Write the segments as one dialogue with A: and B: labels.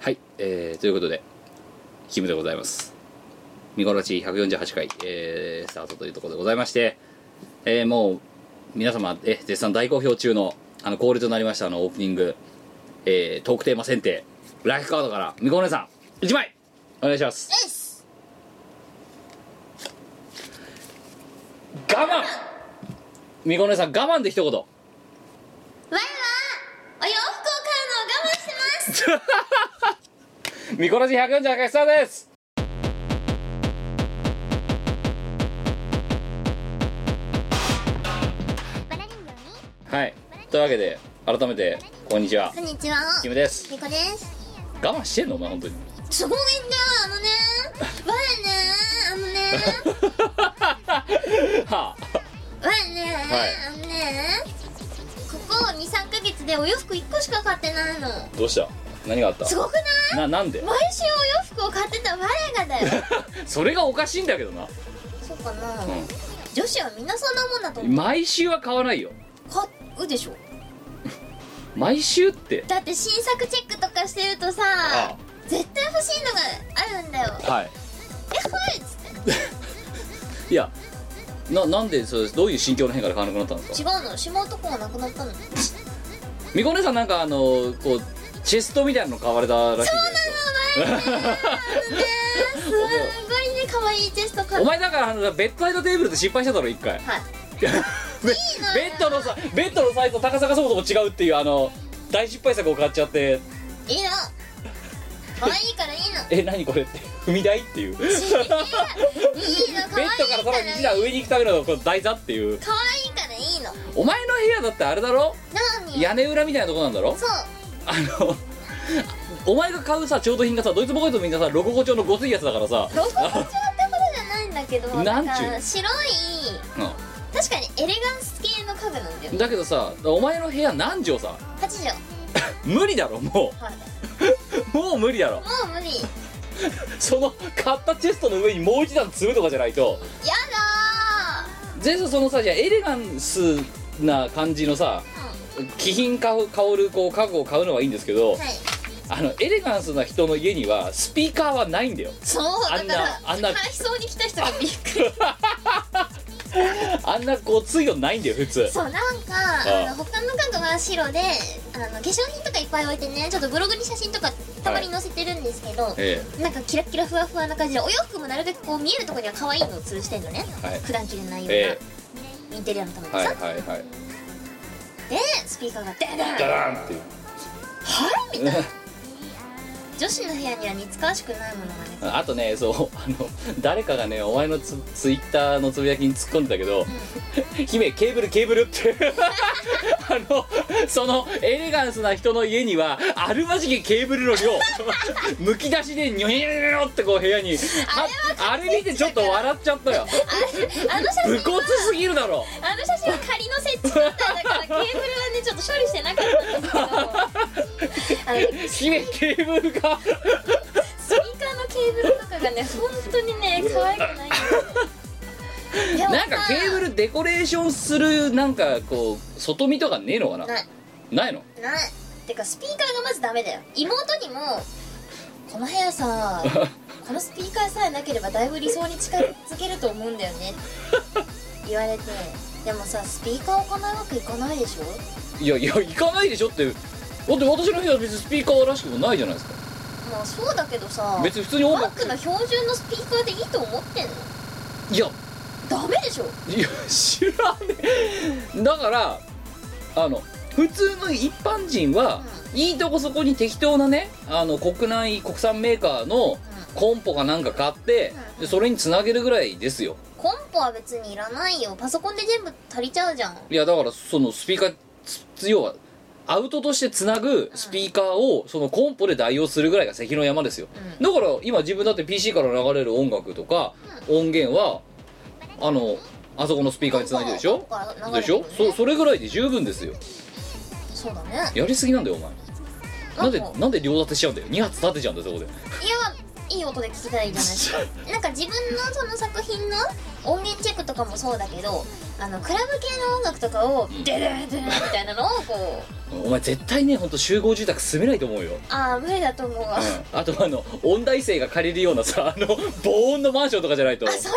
A: はい、えー、ということで、キムでございます。見頃地148回、えー、スタートというところでございまして、えー、もう、皆様、え、絶賛大好評中の、あの、恒例となりました、あの、オープニング、えー、トークテーマ選定、ライフカードから、みこお姉さん、1枚お願いします。我慢みこお姉さん、我慢で一言。
B: わいはお洋服を買うのを我慢してます
A: ミコラジ148回スタートです
B: バラ人形に
A: はい。というわけで、改めて、こんにちは。
B: こんにちは
A: キムです。
B: みこです
A: 我慢してんのお前、本当に。
B: すごいんだあのねわいねあのね
A: はあ。
B: わいね、
A: はい
B: あのねここ23ヶ月でお洋服1個しか買ってないの
A: どうした何があった
B: すごくない
A: ななんで
B: 毎週お洋服を買ってた我がだよ
A: それがおかしいんだけどな、
B: そうかな、
A: う
B: 女子はみんなそんなもんだと思
A: ん、毎週は買わないよ
B: う買うでしょ
A: 毎週って
B: だって新作チェックとかしてるとさ
A: あ
B: 絶対欲しいのがあるんだよ
A: はい
B: えはいっつって
A: いやななんでそうですどういう心境の変化で買わなくなったんです
B: 違
A: か
B: うの島男がなくなったのそうなの
A: みこねさんなんかあのこうチェストみたいなの買われたらしいじゃないですか
B: ねえすごいね可愛いチェスト 買
A: お
B: っ
A: 前だからあのベッドサイドテーブルで失敗しただろ一回
B: たはい
A: ベベッドのさベッドのサイズと高さがそもそも違うっていうあの大失敗作を買っちゃって
B: いいの可愛いからいいの
A: え何これって踏み台って いうベッ
B: いいの可愛い
A: ドから
B: か
A: さ
B: ら
A: ら
B: い
A: に一
B: いの
A: 段上に行くためのこの台座っていう
B: 可愛いからいいの
A: お前の部屋だってあれだろ
B: なのに
A: 屋根裏みたいなとこなんだろ
B: そう
A: あの お前が買うさ調度品がさドイツボコイとみんなさロゴコ調のごついやつだからさ
B: ロゴが違ってことじゃないんだけど
A: なんちゅう
B: か白い確かにエレガンス系の家具なんだよ
A: うんだけどさお前の部屋何畳さ
B: 8畳
A: 無理だろも
B: はいう
A: もう無理だろ
B: もう無理
A: その買ったチェストの上にもう一段積むとかじゃないと
B: やだ
A: 全然そのさじゃあエレガンスな感じのさ
B: ーうん
A: 気品香るこう家具を買うのはいいんですけど
B: はい
A: あのエレガンスな人の家にはスピーカーはないんだよ
B: そう
A: あ
B: だ
A: ん
B: から
A: なあんな
B: 配送に来た人がびっくり
A: あんなごついのないんだよ普通
B: そうなんか
A: あ
B: あの他の家具は白であの化粧品とかいっぱい置いてねちょっとブログに写真とかたまに載せてるんですけど、
A: え
B: なんかキラッキラふわふわな感じでお洋服もなるべくこう見えるところには可愛いのを吊るしてんのね、
A: はい
B: 普段着れないような、
A: え
B: インテリアのために
A: え
B: さ、
A: はいはいはい
B: でスピーカーが ダダン
A: ダラーンっていう
B: はいみたいな女子の部屋には似つかわしくないものがね
A: あとねそうあの誰かがねお前のツツイッターのつぶやきに突っ込んでたけど「 姫ケーブルケーブル」って あのそのエレガンスな人の家にはあるまじきケーブルの量 むき出しでニョニョニョニョニョってこう部屋にああれ見てちょっと笑っちゃったよ
B: あの写
A: 武
B: 真
A: 骨すぎるだろ
B: あの写真は仮の設置だったんだからケーブルはねちょっと処理してなかったんですけどあの
A: 姫ケーブルが
B: スピーカーのケーブルとかがね本当にね可愛くないんだよ
A: なんかケーブルデコレーションするなんかこう外見とかねえのかな
B: ない
A: ないの
B: ないてかスピーカーがまずダメだよ妹にも「この部屋さこのスピーカーさえなければだいぶ理想に近づけると思うんだよね」言われてでもさスピーカー置かないうまくいかないでしょ
A: いやいや行かないでしょってだって私の部屋は別にスピーカーらしくもないじゃないですか
B: まあそうだけどさ
A: 別に普通に音
B: バッ
A: 楽
B: クの標準のスピーカーでいいと思ってんの
A: いや
B: ダメでしょ
A: いや知らねえだからあの普通の一般人は、いいとこそこに適当なねあの国内国産メーカーのコンポかなんか買って、
B: うん
A: でそれにつなげるぐらいですよ
B: コンポは別にいらないよパソコンで全部足りちゃうじゃん
A: いやだからそのスピーカーつ要はアウトとしてつなぐスピーカーをそのコンポで代用するぐらいが関の山ですよ、
B: うん
A: だから今自分だって PC から流れる音楽とか音源はあのあそこのスピーカーにつないでるでしょでしょそそれぐらいで十分ですよ
B: そうだね
A: やりすぎなんだよお前なんで
B: なんか
A: なんで両立てしちゃうんだよ2発立てちゃうんだよそこで
B: いやいい音で聞けたらいいじゃないです かなんか自分のその作品の音源チェックとかもそうだけどあのクラブ系の音楽とかをデレンデレンみたいなのをこう
A: お前絶対ね本当集合住宅住めないと思うよ、
B: ああ無理だと思うわ、
A: うん、あとあの音大生が借りるようなさあの防音のマンションとかじゃないと
B: あそれね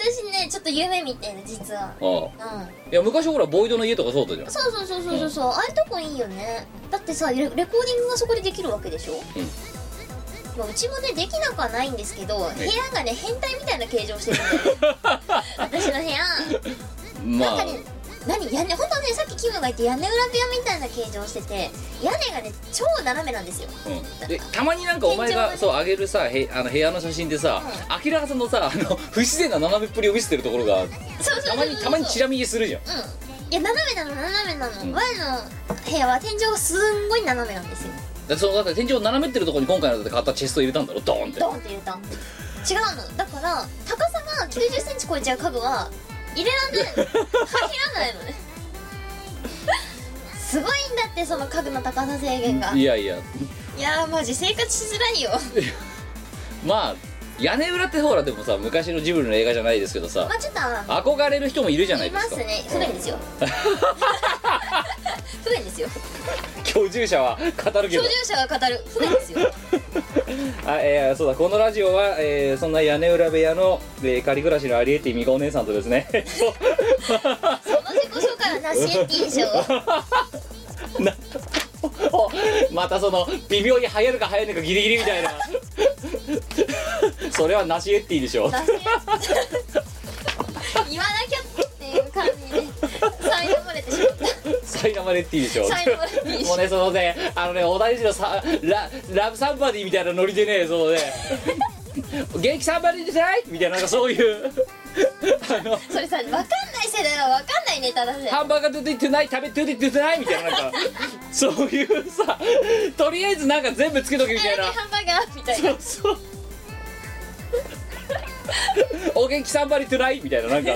B: 私ねちょっと夢見てん実は
A: ああ
B: うん
A: いや昔ほらボイドの家とかそうだったじゃん
B: そうそうそうそうそうそう、ああいうとこいいよねだってさレレコーディングがそこでできるわけでしょ、
A: うん
B: まあ、うちもねできなくはないんですけど部屋
A: い
B: がね変態みたいな形状してる んだよ私の部屋
A: ま
B: な
A: あ
B: んかね何屋根本当はねさっきキムが言って屋根裏部屋みたいな形状してて屋根がね超斜めなんですよ
A: うん、でたまになんかお前
B: 天井が
A: が
B: ね
A: そう上げるさへあの部屋の写真でさ
B: う
A: 明らかさんのさあの不自然な斜めっぷりを見せてるところが
B: そうそうそうそう
A: たまにたまにチラ見えするじゃん
B: うんいや斜めなの斜めなの、
A: うん
B: 前の部屋は天井がすんごい斜めなんです
A: だ
B: よ
A: からそうだから天井を斜めってるところに今回のだって買ったチェストを入れたんだろドーンって
B: ドンって入れた違うのだから高さが9 0センチ超えちゃう家具は入れられない入らないのね すごいんだってその家具の高さ制限が
A: い
B: い
A: やいや
B: やーマジ生活しづらいよ
A: まあ屋根裏ってほらでもさ昔のジブリの映画じゃないですけどさ
B: まあちょっとあ
A: 憧れる人もいるじゃない
B: い
A: で
B: ますす
A: か
B: ね不便で すよ不便ですよ
A: 居住者は語るけ
B: 居
A: ど
B: 住者が語る不便ですよ
A: あえーそうだこのラジオは、えーそんな屋根裏部屋の、えー仮暮らしのアリエッティ美香お姉さんとですね
B: その自己紹介はなしえっていいでしょ
A: お またその微妙に流行るか流行らないかギリギリみたいな それはナシエッティでしょ
B: 出せ 言わなきゃっていう感じで苛まれてしまっ
A: サイナマレッティでしょ
B: た苛まれてしま
A: も
B: っ
A: うねそのねあのねお大事のさララブサンバディみたいなノリでねそのね元気サンバディでさいみたいななんかそういう あの
B: たそれさ分かんない世代は分かんないネタだぜ
A: ハンバーガートゥディトゥナイ食べトゥディトゥナイみたいななんかそういうさとりあえずなんか全部つけとけみたいな
B: ハンバーガーみたい
A: そ
B: な
A: うそうお元気さんばりトゥナイみたいななん か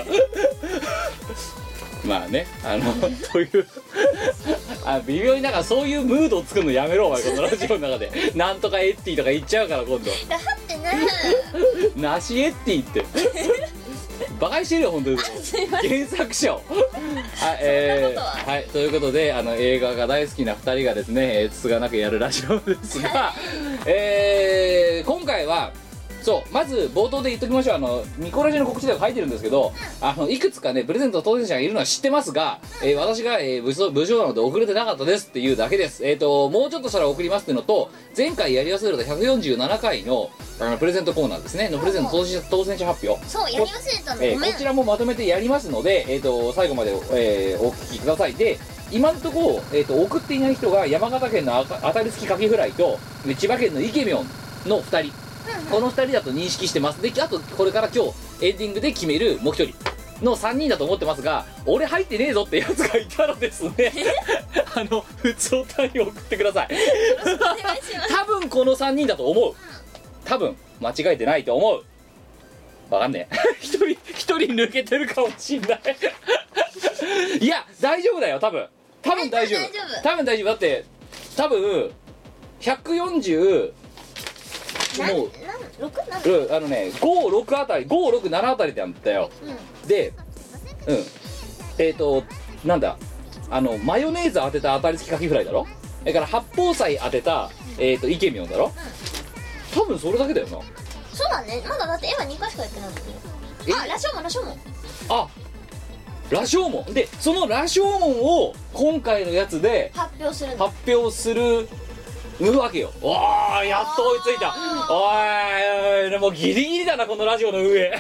A: まあねあのというあ微妙になんかそういうムードを作るのやめろお前このラジオの中でなんとかエッティとか言っちゃうから今度
B: だってな
A: ナシエッティってバカにしてるよ本当 に原作 者をはいえー
B: そんなこと
A: はいということであの映画が大好きな2人がですねえーつつがなくやるラジオですが、 えー今回はそうまず冒頭で言っときましょうあのミコラジの告知では書いてるんですけどあのいくつかねプレゼント当選者がいるのは知ってますが、えー私が、えー、部長部長なので遅れてなかったですっていうだけですえっ、ともうちょっとしたら送りますっていうのと前回やり忘れた147回のあのプレゼントコーナーですねのプレゼント当選者当選者発表
B: そうやり忘れたの
A: えー
B: ごめん
A: こちらもまとめてやりますので、えー、と最後まで、えーお聞きくださいで今のところ、えー、と送っていない人が山形県のあか当たり付きカキフライとで千葉県のイケミョンの2人この2人だと認識してますであとこれから今日エンディングで決めるもう1人の3人だと思ってますが俺入ってねえぞってやつがいたらですね あの普通お便り送ってください
B: お願いします
A: 多分この3人だと思う多分間違えてないと思うわかんねえ 一人一人抜けてるかもしんない いや大丈夫だよ多分多分大丈夫
B: 大丈夫
A: 多分大丈夫だって多分140
B: なん
A: もう
B: なん6なん
A: うんあのね56あたり567あたりなんだよ
B: うん
A: でうんえっ、となんだあのマヨネーズ当てた当たり付きカキフライだろだから八宝菜当てた、えっとイケミョンだろ多分それだけだよな
B: そうだねまだだって絵は2回しかやってないんだよ
A: え
B: あラショウモンラショウモン
A: あ羅生門でその羅生門を今回のやつで
B: 発表するの
A: 発表するわけよおーやっと追いついたおいおいおいもうギリギリだなこのラジオの上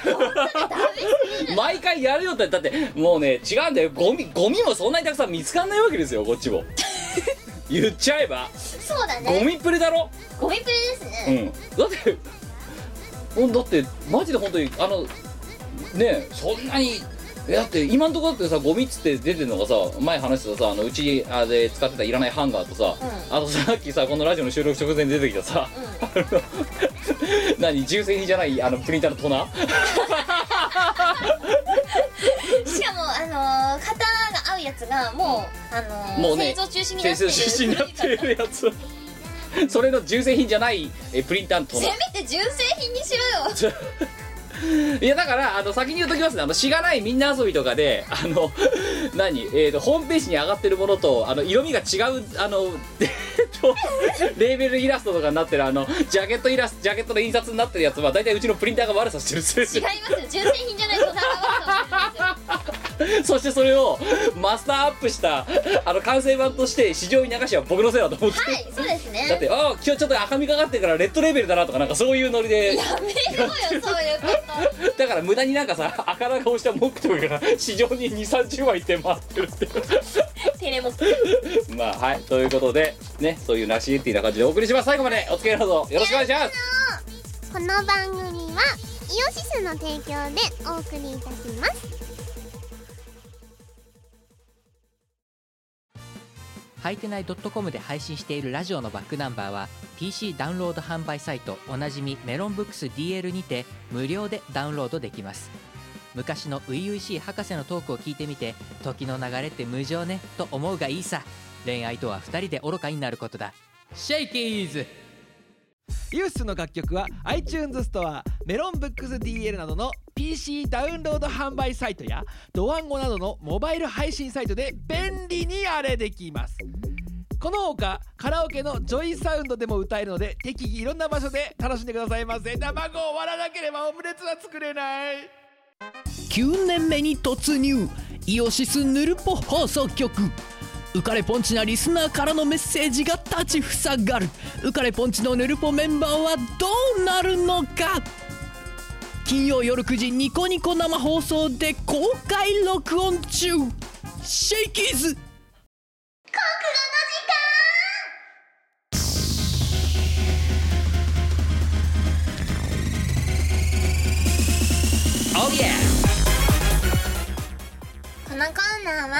A: 毎回やるよってだってもうね違うんだよゴミゴミもそんなにたくさん見つかんないわけですよこっちも言っちゃえば
B: そうだ
A: ゴ
B: ね
A: ミプレだろ
B: ゴミプレです
A: う
B: ね
A: んだってもうだってマジで本当にあのねえそんなにえだって今んとこだってさゴミっつって出てるのがさ前話してたさあのうちあで使ってたいらないハンガーとさ、
B: うん
A: あとさっきさこのラジオの収録直前に出てきたさ、あの 何重製品じゃないあのプリンターのトナー
B: しかもあのー、型が合うやつがもうあのー
A: もうね
B: 製造中止に
A: 先
B: なって
A: 生
B: る
A: 出身になってるやつそれの純正品じゃないえプリンターと
B: せめて純正品にしろよ
A: いやだからあの先に言っときますねあのしがないみんな遊びとかであの 何、えー、とホームページに上がってるものとあの色味が違うあの えっとレーベルイラストとかになってるあのジャケットイラストジャケットの印刷になってるやつは大体うちのプリンターが悪さしてるんです
B: 違い
A: よ
B: ますよ純正品じゃないと長々としてるんですよ
A: そしてそれをマスターアップしたあの完成版として市場に流しは僕のせいだと思って、
B: はいそうですね
A: だってああ今日ちょっと赤みかかってるからレッドレーベルだなとかなんかそういうノリで
B: やめろよそういうこと
A: だから無駄になんかさ赤ら顔した文句とかが市場に2 3 0枚いて回ってるって
B: テレモよ
A: まあはいということでねそういうナシエティな感じでお送りします最後までお付き合いのほどよろしくお願いします
C: この番組はイオシスの提供でお送りいたします
D: はいてない .com で配信しているラジオのバックナンバーは PC ダウンロード販売サイトおなじみメロンブックス DL にて無料でダウンロードできます昔の初々しい博士のトークを聞いてみて時の流れって無情ねと思うがいいさ恋愛とは2人で愚かになることだシェイキーズ
E: ユースの楽曲は iTunes ストアメロンブックス DL などの PC ダウンロード販売サイトやドワンゴなどのモバイル配信サイトで便利にあれできますこのほかカラオケのジョイサウンドでも歌えるので適宜いろんな場所で楽しんでくださいませ卵を割らなければオムレツは作れない
F: 9年目に突入イオシスヌルポ放送局浮かれポンチなリスナーからのメッセージが立ちふさがる浮かれポンチのヌルポメンバーはどうなるのか金曜夜9時ニコニコ生放送で公開録音中シェイキーズ
C: このコーナー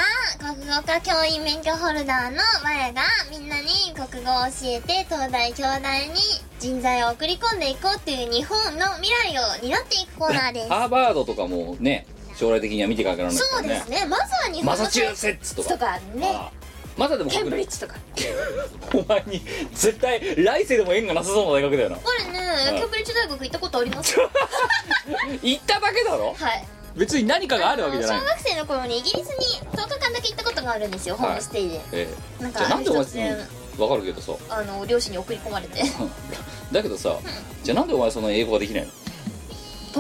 C: は国語科教員免許ホルダーの我がみんなに国語を教えて東大京大に人材を送り込んでいこうっていう日本の未来を担っていくコーナーです
A: ハーバードとかもね将来的には見ていかなきゃならない
B: そうですねまずは日本
A: マ
B: の
A: サチューセッツとか
B: とかね
A: ああまだでも
B: ケン
A: 国
B: ブリッ
A: 内
B: ジとか
A: お前に絶対来世でも縁がなさそうな大学だよな
B: これ
A: うん
B: ねケンブリッジ大学行ったことありますよ
A: 行っただけだろ
B: はい
A: 別に何かがあるわけじゃない
B: あの小学生の頃にイギリスに10日間だけ行ったことがあるんですよホームステイで、
A: え
B: なん
A: えじゃあ
B: か
A: なんでお前
B: 突然
A: うんわかるけどさ
B: あの両親に送り込まれて10日
A: だけどさじゃあなんでお前その英語ができないの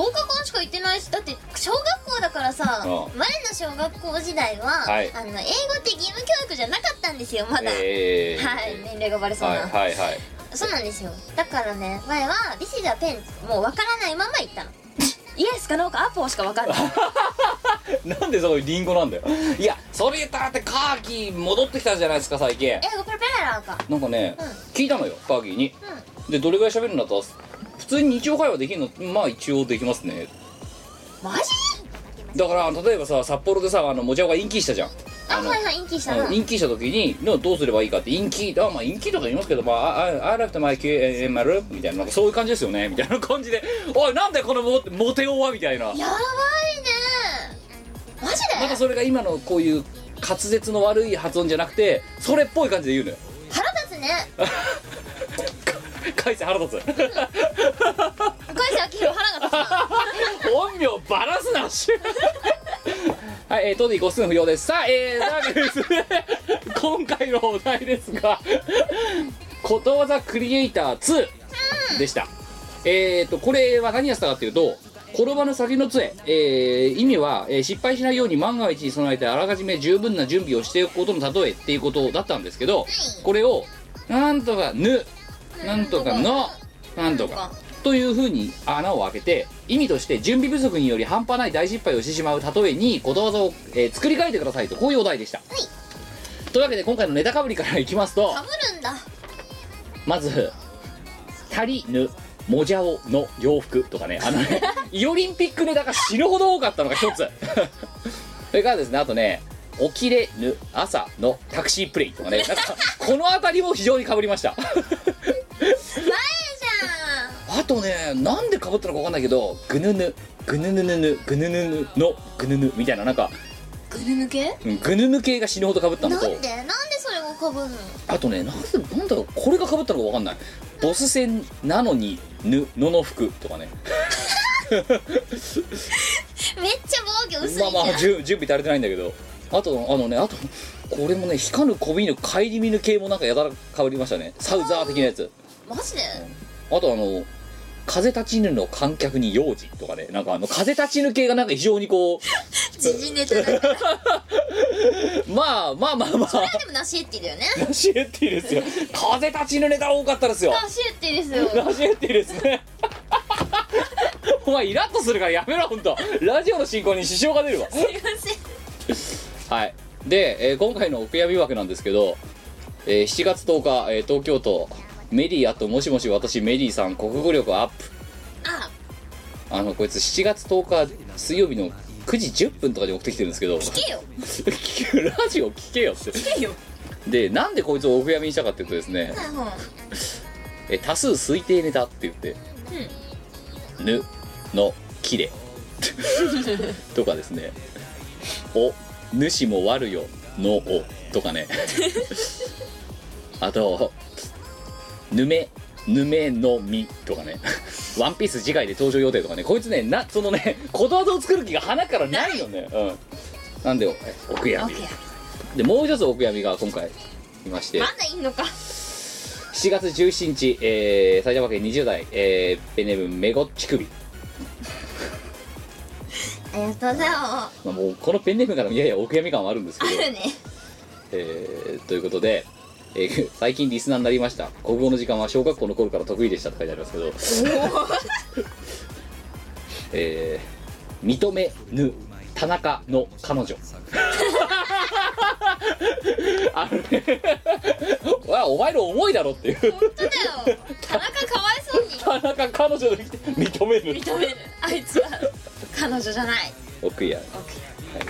B: 間しか行ってないしだって小学校だからさ
A: う
B: 前の
A: ん
B: 小学校時代は、
A: はい
B: あの英語って義務教育じゃなかったんですよまだ、
A: ええ
B: はい年齢がバレそう
A: は
B: な、
A: いはいはい
B: そうなんですよだからね前は「This is a pen」もうわからないまま行ったのイエスかノーかアポーしかわかんない
A: なんでそこにリンゴなんだよいやそれ言ったらだってカーキー戻ってきたじゃないですか最近
B: 英語プロペラーか
A: なんかね、
B: うん
A: 聞いたのよカーキーに、でどれぐらい喋るんだと普通に日常会話できるのまあ一応できますね
B: マジ
A: だから例えばさ札幌でさあのもじゃおが陰気したじゃん
B: あ
A: の
B: はいはいインキした
A: あの
B: な
A: 陰気した時にのどうすればいいかって陰気あまあ陰気とか言いますけどまあああ I left my key in my room みたいななんかそういう感じですよねみたいな感じでおいなんだよこのモモテ男はみたいな
B: やばいねマジ
A: また
B: で
A: それが今のこういう滑舌の悪い発音じゃなくてそれっぽい感じで言うのよ
B: 腹立つね
A: 返せ腹立つ
B: 向井さん明腹が立つな
A: 音量バラすなしはい、えー、トディ5寸不要ですさあえー、なわけでですね 今回のお題ですが「ことわざクリエイター2」でした、えっ、ー、とこれは何やってたかっていうと転ばぬ先の杖、えー、意味は、えー失敗しないように万が一に備えてあらかじめ十分な準備をしておくことの例えっていうことだったんですけど、これをなんとかぬなんとかのなんとかというふうに穴を開けて意味として準備不足により半端ない大失敗をしてしまう例えにことわざを、えー作り変えてくださいとこういうお題でした、というわけで今回のネタかぶりからいきますと
B: かぶる んだ
A: まず「足りぬもじゃおの洋服」とかねあの ねイオリンピックネタが死ぬほど多かったのが一つ それからですねあとね「起きれぬ朝のタクシープレイ」とかねなんかこの辺りも非常にかぶりました あとねなんでかぶったのかわかんないけど「ぐぬぬ」「ぐぬぬぬぬ」「ぐぬぬぬ」の「ぐぬぬ」みたいななんか
B: ぐる抜け
A: うんぐぬぬ系が死ぬほどかぶったの
B: なん
A: と
B: でなんでそれが
C: がかぶんの
A: あとねなんでなんだろうこれがかぶったのかわかんないボス戦なのにぬのの服とかね
C: めっちゃ防御薄いじ
A: ま
C: ゃ
A: あ
C: ん、
A: まあじゅ準備足りてないんだけどあとあのねあとこれもね光る小瓶の帰り見ぬ系もなんかやたらかぶりましたねサウザー的なやつ
C: マジで
A: あとあの風立ちぬの観客に用事とかねなんかあの風立ちぬ系がなんか非常にこ
C: 時事ネタだから
A: うまあまあまあまあ
C: でもナシエッティだよね
A: ナシエッティですよ風立ちぬネタ多かったですよ
C: ナシエッティですよ
A: ラジエッティですね お前イラッとするからやめろ本当ラジオの進行に支障が出るわ
C: すいません
A: はいで、えー今回のお悔やみ枠なんですけど、えー7月10日、えー東京都メリーあともしもし私メリーさん国語力アップ
C: あ
A: あのこいつ7月10日水曜日の9時10分とかに送ってきてるんですけど
C: 聞けよ
A: 聞けラジオ聞けよって
C: 聞けよ
A: でなんでこいつをお悔やみにしたかっていうとですね、
C: はいはい
A: えー多数推定ネタって言って「ぬ」の「きれ」とかです ね「お」「主も悪よ」「のお」とかね あと「ぬめ」「ぬめのみ」とかね「ワンピース次回で登場予定」とかねこいつねなそのねことわざを作る気が鼻からないよねうんなんでおお悔やみでもう一つお悔やみが今回いまして
C: まだいんのか
A: 7月17日、えー埼玉県20代、えーペンネームメゴ乳首、
C: ありがとうだよあ
A: まあ、もうこのペンネームからもいやいやお悔やみ感はあるんですけど、
C: るね
A: えーということで、えー最近リスナーになりました国語の時間は小学校の頃から得意でしたって書いてありますけど えー認めぬ田中の彼女あのねわお前の思いだろっていう
C: 本当だよ田中かわいそうに
A: 田中彼女の来て認めぬ
C: 認めるあいつは彼女じゃない
A: お悔や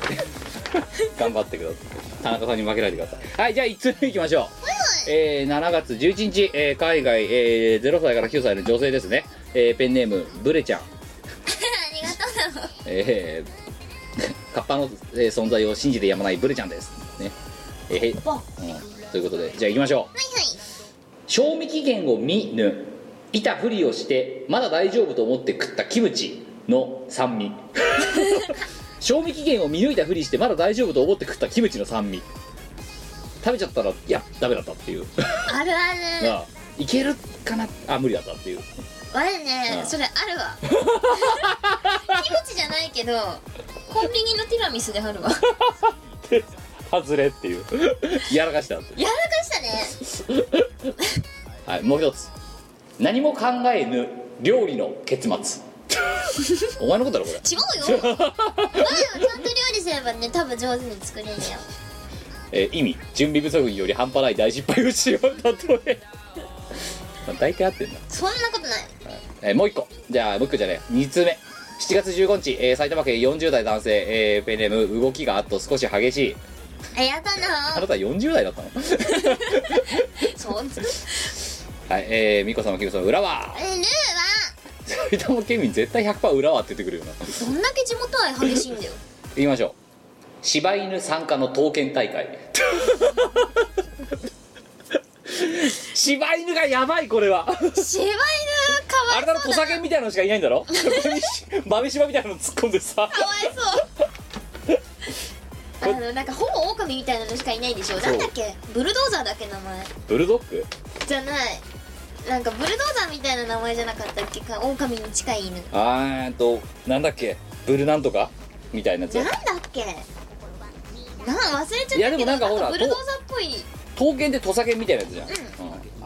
A: み 頑張ってください田中さんに負けないでくださいはいじゃあ1通目いきましょう、えー7月11日、えー海外、えー0歳から9歳の女性ですね、えーペンネームブレち ゃん
C: ありがとうだよ
A: えー、カッパの、えー存在を信じてやまないブレちゃんですねえーへい、うん、ということでじゃあ行きましょう賞味期限を見ぬいたふりをしてまだ大丈夫と思って食ったキムチの酸味賞味期限を見抜いたふりしてまだ大丈夫と思って食ったキムチの酸味食べちゃったらいやダメだったっていう
C: あるあ る
A: ああいけるかなあ無理だったっていう
C: 我ね
A: うん
C: それある わキムチじゃないけどコンビニのティラミスであるわ
A: 外れっていう やらかしたって
C: やらかしたね
A: はい、もう一つ何も考えぬ料理の結 末お前のことだろこれ
C: 違うよ我はちゃんと料理すればね多分上手に作れるよ
A: えー意味準備不足により半端ない大失敗をしようたとえまあ大体合ってんな、
C: そんなことない
A: えーもう一個じゃあもう一個じゃねえ2通目7月15日、えー埼玉県40代男性、えーペンネーム動きがあっと少し激しい
C: ありがとう
A: あ
C: な
A: なた40代だったの
C: そうルー
A: はいえー、美子様キムさん裏は
C: は
A: 埼玉県民絶対100%裏はって言ってくるよな
C: どんだけ地元愛激しい んだよ
A: 言いましょう柴犬参加の刀剣大会柴犬がやばいこれは
C: 柴犬かわ
A: あ
C: い
A: れ
C: そ
A: だ
C: う
A: ろ土佐犬みたいなのしかいないんだろそこにし豆柴みたいなの突っ込んで さ
C: かわいそうあのなんかほぼ狼みたいなのしかいないんでしょ
A: そ
C: な
A: うん
C: だっけブルドーザーだっけ名前
A: ブルドッグ
C: じゃないなんかブルドーザーみたいな名前じゃなかったっけか狼に近い犬
A: あーえっとなんだっけブルなんとかみたいなやつ
C: なんだっけなん忘れちゃったけど
A: いやでもなんかほら
C: ブルドーザーっぽい
A: 刀剣って土佐犬みたいなやつじゃん、うん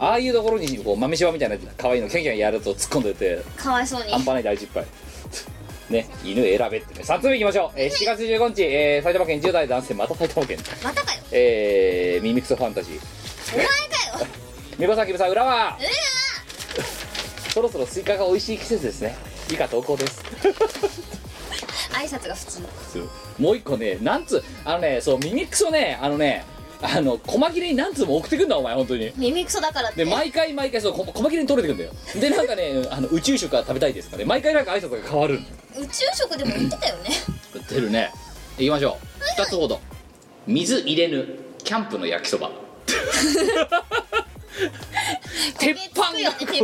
A: ああいうところにこう豆柴みたいな可愛いのキャンキャンやると突っ込んでて
C: かわいそうに
A: 半端ない大失敗 ね犬選べってね3つ目いきましょう、えー7月15日、えー埼玉県10代男性また埼玉県
C: またかよ
A: えー、ミミクソファンタジー
C: お前かよ
A: 三浦さん木村さん裏は そろそろスイカが美味しい季節ですね以下投稿です
C: 挨拶が普通
A: もう一個ねなんつあのねそうミミクソねあのねあの細切れに何通も送ってくんだお前本当に
C: 耳クソだからって
A: で毎回毎回そうこ細切れに取れてくんだよでなんかねあの宇宙食が食べたいですかね毎回なんか挨拶が変わるの
C: 宇宙食でも言ってたよね
A: 売ってるねいきましょう2つほど水入れぬキャンプの焼きそば 鉄板が
B: 焦げつくよね鉄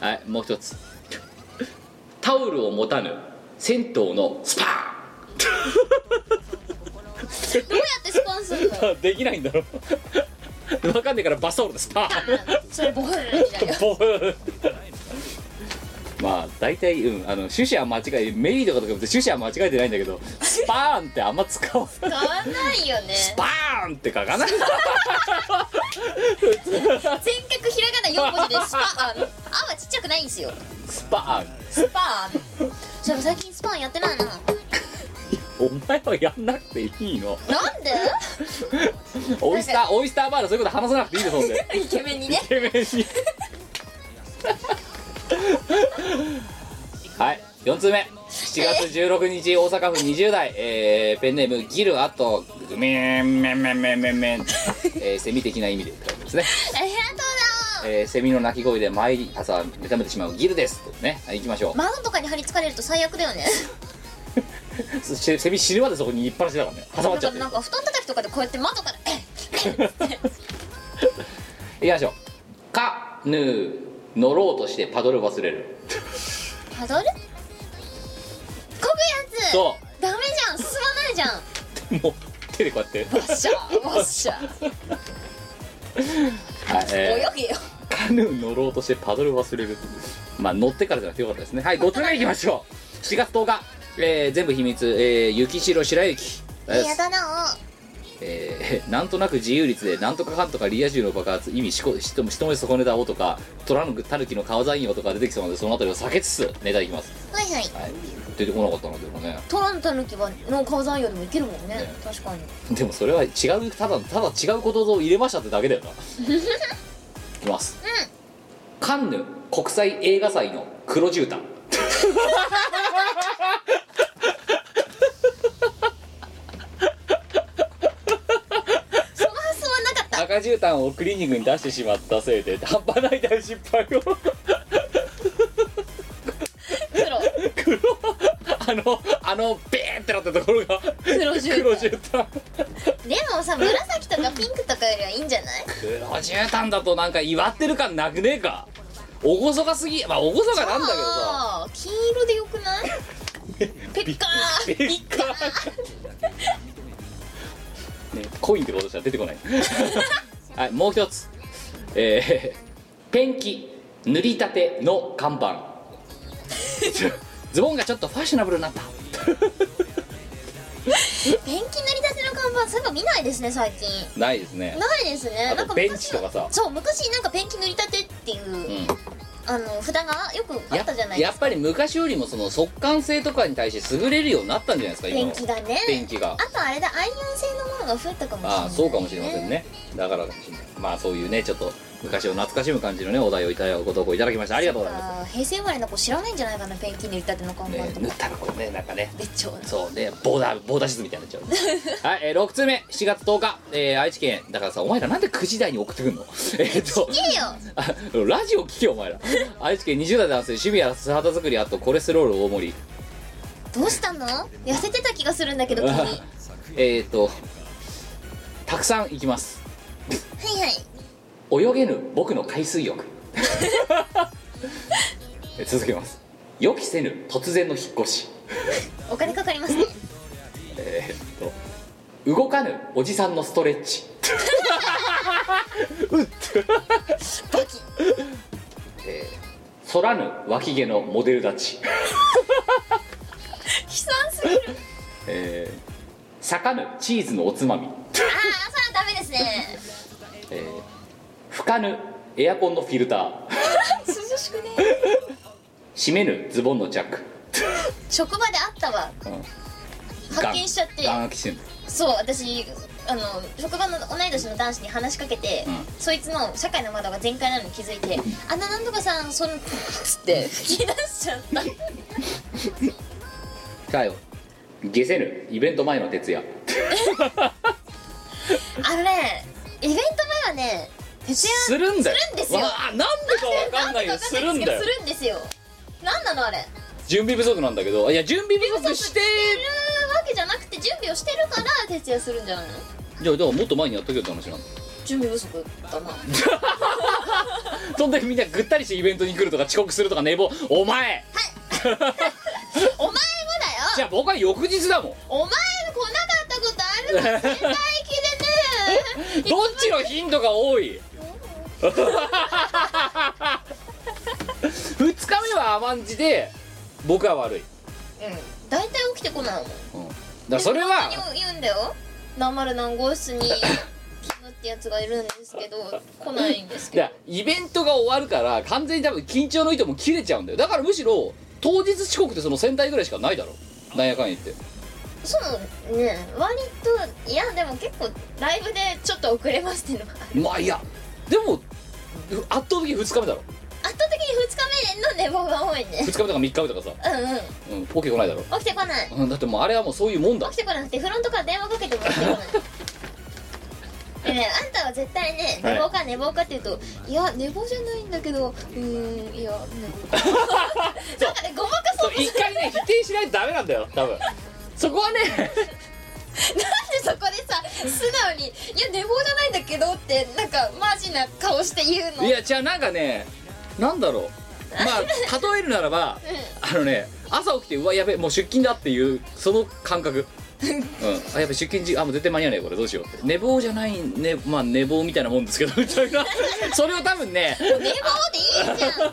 B: 板
A: はいもう一つタオルを持たぬ銭湯のスパ
B: どうやってスポンするの
A: ーン できないんだろ分かんねえからバスタオルでスパーン
B: それボフルみたい な
A: ボーンまあ大体うんあの趣旨は間違えメリーとかとか別に趣旨は間違えてないんだけどスパーンってあんま使わない
B: 変わんないよ ね
A: スパーンって書かない
B: 全角ひらがな4文字でスパあの「あ」はちっちゃくないんですよ
A: スパーン
B: スパーそれ最近スパーンやってないなな
A: お前はやんなくていいの
B: んで
A: オイスターオイスターバーでそういうこと話さなくていいのそんで
B: イケメンにね
A: イケメンにはい4通目7月16日大阪府20代、えーペンネームギルあとグメンメンメンメンメンメン、えーセミ的な意味でってことですね、
B: ありがとう
A: えーセミの鳴き声で毎朝目覚めてしまうギルですねはい行きましょう、
B: 窓とかに張り付かれると最悪だよね
A: そしてセミ死ぬまでそこに引っ張らせたからね挟ま
B: な
A: っ
B: ん
A: ちゃ
B: か
A: って
B: なんか布団叩きとかでこうやって窓からえっ
A: 行きましょうカヌー乗ろうとしてパドル忘れる
B: パドルこぐやつ
A: そ
B: ダメじゃん進まな いじゃんわ
A: うもう手でこうやって
B: っしゃわっしゃ
A: はい、えー
B: 泳げよ
A: カヌー乗ろうとしてパドル忘れるまあ乗ってからじゃなくてよかったですねはい5つ目いきましょう4月10日、 えー全部秘密、えー、雪城白雪
C: やだな
A: えーなんとなく自由率でなんとかかんとかリア充の爆発意味しこしともしとも損ねたおとかトランクタヌキの川山用とか出てきそうなのでそのあたりを避けつつネタいきます
C: はいはい
A: はい出てこなかったんだけどね
B: トランタヌキはの火山よりもいけるもんね
A: ね
B: 確かに
A: でもそれは違うただただ違うことを入れましたってだけだよないきます、カンヌ国際映画祭の黒絨毯
B: その発想はなかった
A: 赤絨毯をクリーニングに出してしまったせいで半端ない大失敗を
B: 黒
A: 黒あのあのベーってなったところが
B: 黒絨毯
A: 黒絨毯
B: でもさ紫とかピンクとかよりはいいんじゃない
A: 黒絨毯だとなんか祝ってる感なくねえか厳かすぎまあ厳かなんだけどさ
B: あー金色でよくないペッカー
A: ピッカーねコインってことじゃ出て こないはいもう一つえーペンキ塗りたての看 板ズボンがちょっとファッショナブルになった
B: ペンキ塗りたての看板そういえば見ないですね最近
A: ないですね
B: ないですね
A: あ
B: な
A: と
B: んか
A: ベンチ
B: 昔
A: とかさ
B: そう昔なんかペンキ塗りたてっていう、
A: うん
B: あの札がよくあ
A: や
B: ったじゃないで
A: や
B: す
A: っ
B: か
A: ぱり昔よりもその速乾性とかに対して優れるようになったんじゃないですか今
B: ペ
A: の
B: ンキがね
A: ペンキが
B: あとあれだアイアン製のものが増えたかもしれない、
A: ああそうかもしれませんねだからかもしれないまあそういうねちょっと昔を懐かしむ感じのねお題をいただご投稿いただきましたありがとうございま
B: あー平成生まれの子知らないんじゃないかなペンキ塗りたての看
A: す、
B: 板
A: ね
B: と、か、
A: 塗ったらこうねなんかね
B: 別帳
A: そうねボーダーボーダーシズみたいになっちゃう はい、えー、6通目7月10日、えー愛知県だからさお前らなんで9時台に送ってくんの えーっと
B: いいよ
A: あラジオ聞けよお前ら愛知県20代男性趣味や素肌作りあとコレステロール大盛り
B: どうしたの痩せてた気がするんだけど君
A: えっとたくさん行きます
B: はいはい
A: 泳げぬ僕の海水 浴 え続けます予期せぬ突然の引っ越し
B: お金かかります ね
A: えーっと動かぬおじさんのストレッチ
B: バキ
A: えー反らぬ脇毛のモデル立ち
B: 悲惨すぎる
A: えー裂かぬチーズのおつまみ
B: ああそれはダメですね
A: えー吹かぬエアコンのフィルター
B: 涼しくね
A: 締めぬズボンのジャック
B: 職場であったわ発見しちゃっ
A: ガ
B: て
A: ンガン飽きしてんの
B: そう私あの職場の同い年の男子に話しかけて、
A: うん
B: そいつの社会の窓が全開なのに気づいて「あんななんとかさんその」つって吹き出しちゃった
A: 最後下せぬイベント前の徹夜
B: あのねイベント前はね徹
A: す
B: 夜
A: るんだよ
B: するんですよ
A: わあなんでかわかんないよするんだよ
B: するんですよ何なのあれ
A: 準備不足なんだけどいや準備不足して
B: するわけじゃなくて準備をしてるから徹夜するんじゃないの
A: じゃあだからもっと前にやっとけよって話なんだ
B: 準備不足 だな
A: そんでみんなぐったりしてイベントに来るとか遅刻するとか寝坊お前
C: お前もだよ
A: じゃあ僕は翌日だもん
C: お前も来なかっ たことあるの絶対気でね
A: どっちの頻度が多 い2日目は甘んじで僕は悪い、
B: うん大体起きてこないも
A: う
B: ん
A: ん、だからそれは
C: でも本当に言うんだよ
B: 何丸何号室にキムってやつがいるんですけど来ないんです
A: い
B: けど
A: やイベントが終わるから完全に多分緊張の糸も切れちゃうんだよだからむしろ当日遅刻ってその仙台ぐらいしかないだろなんやかんや言って
B: そうね割といやでも結構ライブでちょっと遅れますっていうのが
A: まあいやでもう圧倒的に2日目だろ
B: 圧倒的に2日目の寝坊が多い
A: 2日
B: ね
A: 目とか3日目とかさ、
B: うんうん
A: うん、ポケ来ないだろ、
B: 起きてこない
A: うん、だってもうあれはもうそういうもんだ
B: 起きてこなくてフロントから電話かけても起 きてこないでね、あんたは絶対ね
A: はい
B: 寝坊か寝坊かって言うと、い、や寝坊じゃないんだけどうーんいや寝 坊かなんかねごまか
A: そ
B: そううと
A: 一回ね否定しないとダメなんだよ多分そこはね
B: なんでそこでさ素直に「いや寝坊じゃないんだけど」ってなんかマジな顔して言うの
A: いやじゃあなんかねなんだろうまあ例えるならば、あのね朝起きてうわやべもう出勤だっていうその感 覚うん、あやべ出勤時あもう絶対間に合わないこれどうしようって寝坊じゃないねまあ寝坊みたいなもんですけどみたいな それを多分ね
B: 寝坊でいいじゃん
A: は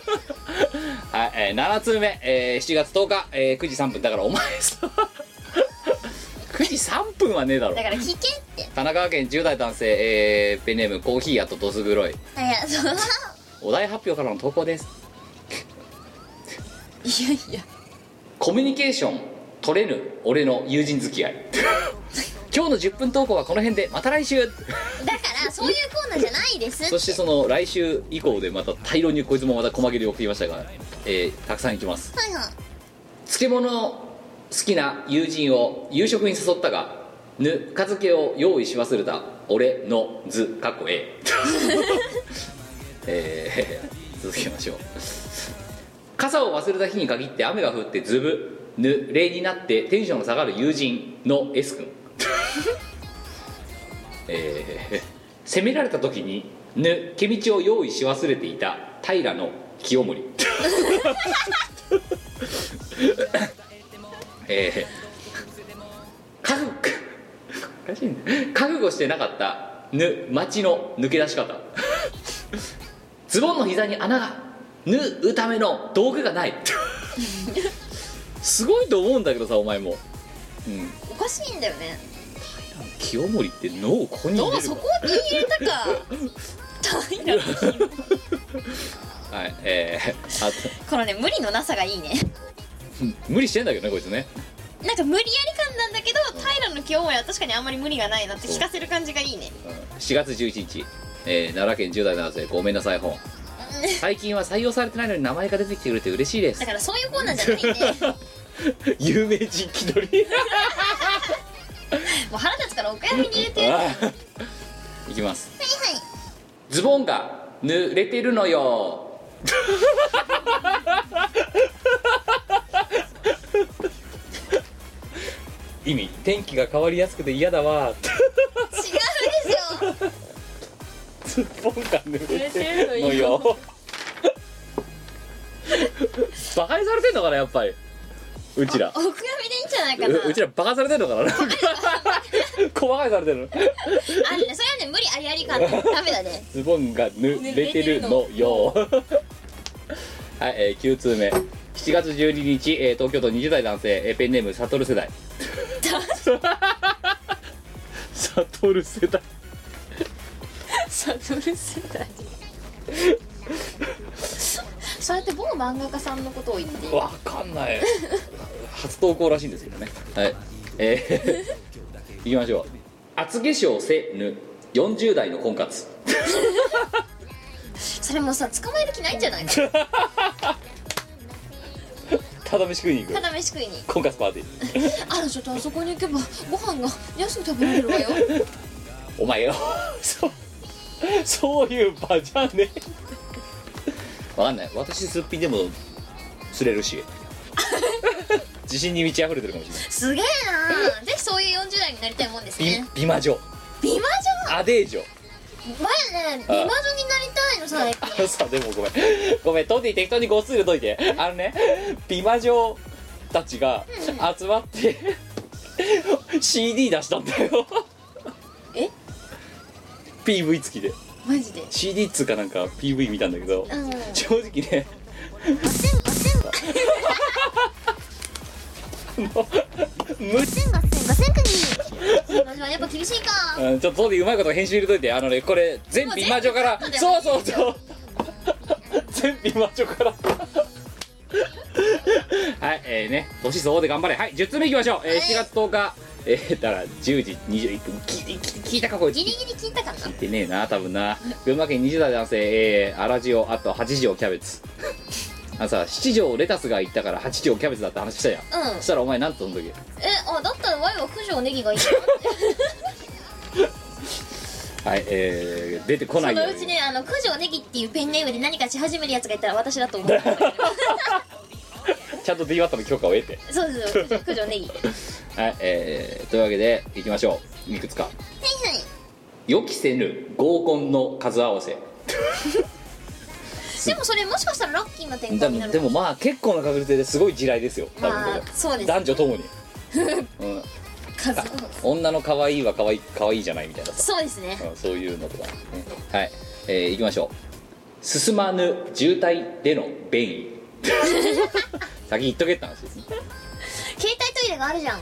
A: い、えー、7通目、えー、7月10日、えー、9時3分だからお前さ 9時3分はねえだろ
B: だから聞けって
A: 神奈川県10代男性、えー、ペンネームコーヒー屋とドス黒い
B: いやそのい
A: お題発表からの投稿です
B: やいや
A: コミュニケーション取れぬ俺の友人付き合い 今日の10分投稿はこの辺でまた来週
B: だからそういうコーナーじゃないです
A: そしてその来週以降でまた大量にこいつもまた細切りを送りましたが、えー、たくさんいきます
C: はいはい
A: 漬物の好きな友人を夕食に誘ったがぬか漬けを用意し忘れた俺の図過去 A えー続けましょう傘を忘れた日に限って雨が降ってズブぬれになってテンションが下がる友人の S 君えー責められた時にぬけ道を用意し忘れていた平の清盛えー、覚悟おかしいね覚悟してなかったぬ町の抜け出し方ズボンの膝に穴が縫うための道具がないすごいと思うんだけどさお前も、うん、
B: おかしいんだよね
A: 清盛って脳をここに
B: ど
A: 入れ
B: う
A: る
B: そ
A: の
B: こに入れたか大変
A: はいえー、あと
B: このね無理のなさがいいね
A: 無理してんだけどねこいつね
B: なんか無理やり感なんだけど平の清盛は確かにあんまり無理がないなって聞かせる感じがいいね
A: 4月11日、えー奈良県10代男性ごめんなさい本最近は採用されてないのに名前が出てきてくれて嬉しいです
B: だからそういうコーナーじゃ ないね
A: 有名人気取り
B: もう腹立つからお悔やみに入れて
A: いきますはいはいズボンが濡れてるのよ意味天気が変わりやすくて嫌だわ
C: 違うでしょ
A: ズボンが濡れてるの
B: 濡れてるの
A: よバカにされてんのかなやっぱりうちら
B: お悔やみでいいんじゃないかな
A: ううちらバカされてんのか ななんか小バカにされてるの
B: あるねそれはね無理ありあり感ダメだね
A: ズボンが濡れてるのよはい、えー、9通目7月12日、えー東京都20代男性、えーペンネームサトル世代サトル世代
B: サトル世代そうやって某漫画家さんのことを言っている
A: わかんない初投稿らしいんですけどねはいえー、いき ましょう厚化粧せぬ40代の婚活
B: それもさ捕まえる気ないんじゃないか
A: ただ飯食いに行
B: た
A: く
B: だ飯食いに
A: 婚活パーティー
B: あらちょっとあそこに行けばご飯が安く食べられるわ よ
A: お前よ そそういう場じゃねえわかんない私すっぴんでも釣れる し自信に満ち溢れてるかもしれない
B: すげえなぜひそういう40代になりたいもんです
A: 美
B: ね
A: 美魔女
B: 美魔
A: アデージョ
B: 女前ね美魔女になりたいの最近
A: あの さでもごめんごめんトンディ適当に語数入れといてあのね美魔女たちが集まって CD 出したんだよ
B: え
A: PV 付きで
B: マジで
A: CD っつうかなんか PV 見たんだけど、
B: うん
A: 正直ね む
B: マジはやっぱ厳しいか
A: うんちょっとトンディうまいこと編集入れといてあのねこれ全美魔女から
B: もう全部カ
A: そうそう
B: ットで
A: そう 全美魔女から はいえー、ね年相応で頑張れはい10通目いきましょう、えー、7月10日えー、だから10時21分きき聞いたかこいつ
B: ギリギリ聞いたかな
A: 聞いてねえな多分な群馬県20代男性えー、粗塩あと8錠キャベツ あのさ7錠レタスがいったから8錠キャベツだって話したやん
B: うん
A: そしたらお前なんとその時
B: えあだったらワイは九条ネギがいいな
A: はいえー、出てこな
B: そ
A: いよう
B: の
A: に
B: うちねあの九条ネギっていうペンネームで何かし始めるやつがいたら私だと 思う
A: ちゃんと d ワットの許可を得て
B: そうそうそう九条ネギ
A: はい、えー、というわけでいきましょういくつかはいはい予期せぬ合コンの数合わせ
B: でもそれもしかしたらラッキーな展
A: で
B: 開にな
A: も
B: る
A: でもまあ結構な確率ですごい地雷ですよ多分これ、
B: まあそうです
A: 男女と もに、うん、
B: 数
A: 女の可愛いは可愛い可愛いじゃないみたいなさ、
B: そうですね
A: うんそういうのとか、ね、はい、えー、いきましょう進まぬ渋滞での便 意先言っとけって話です
B: 携帯トイレがあるじゃん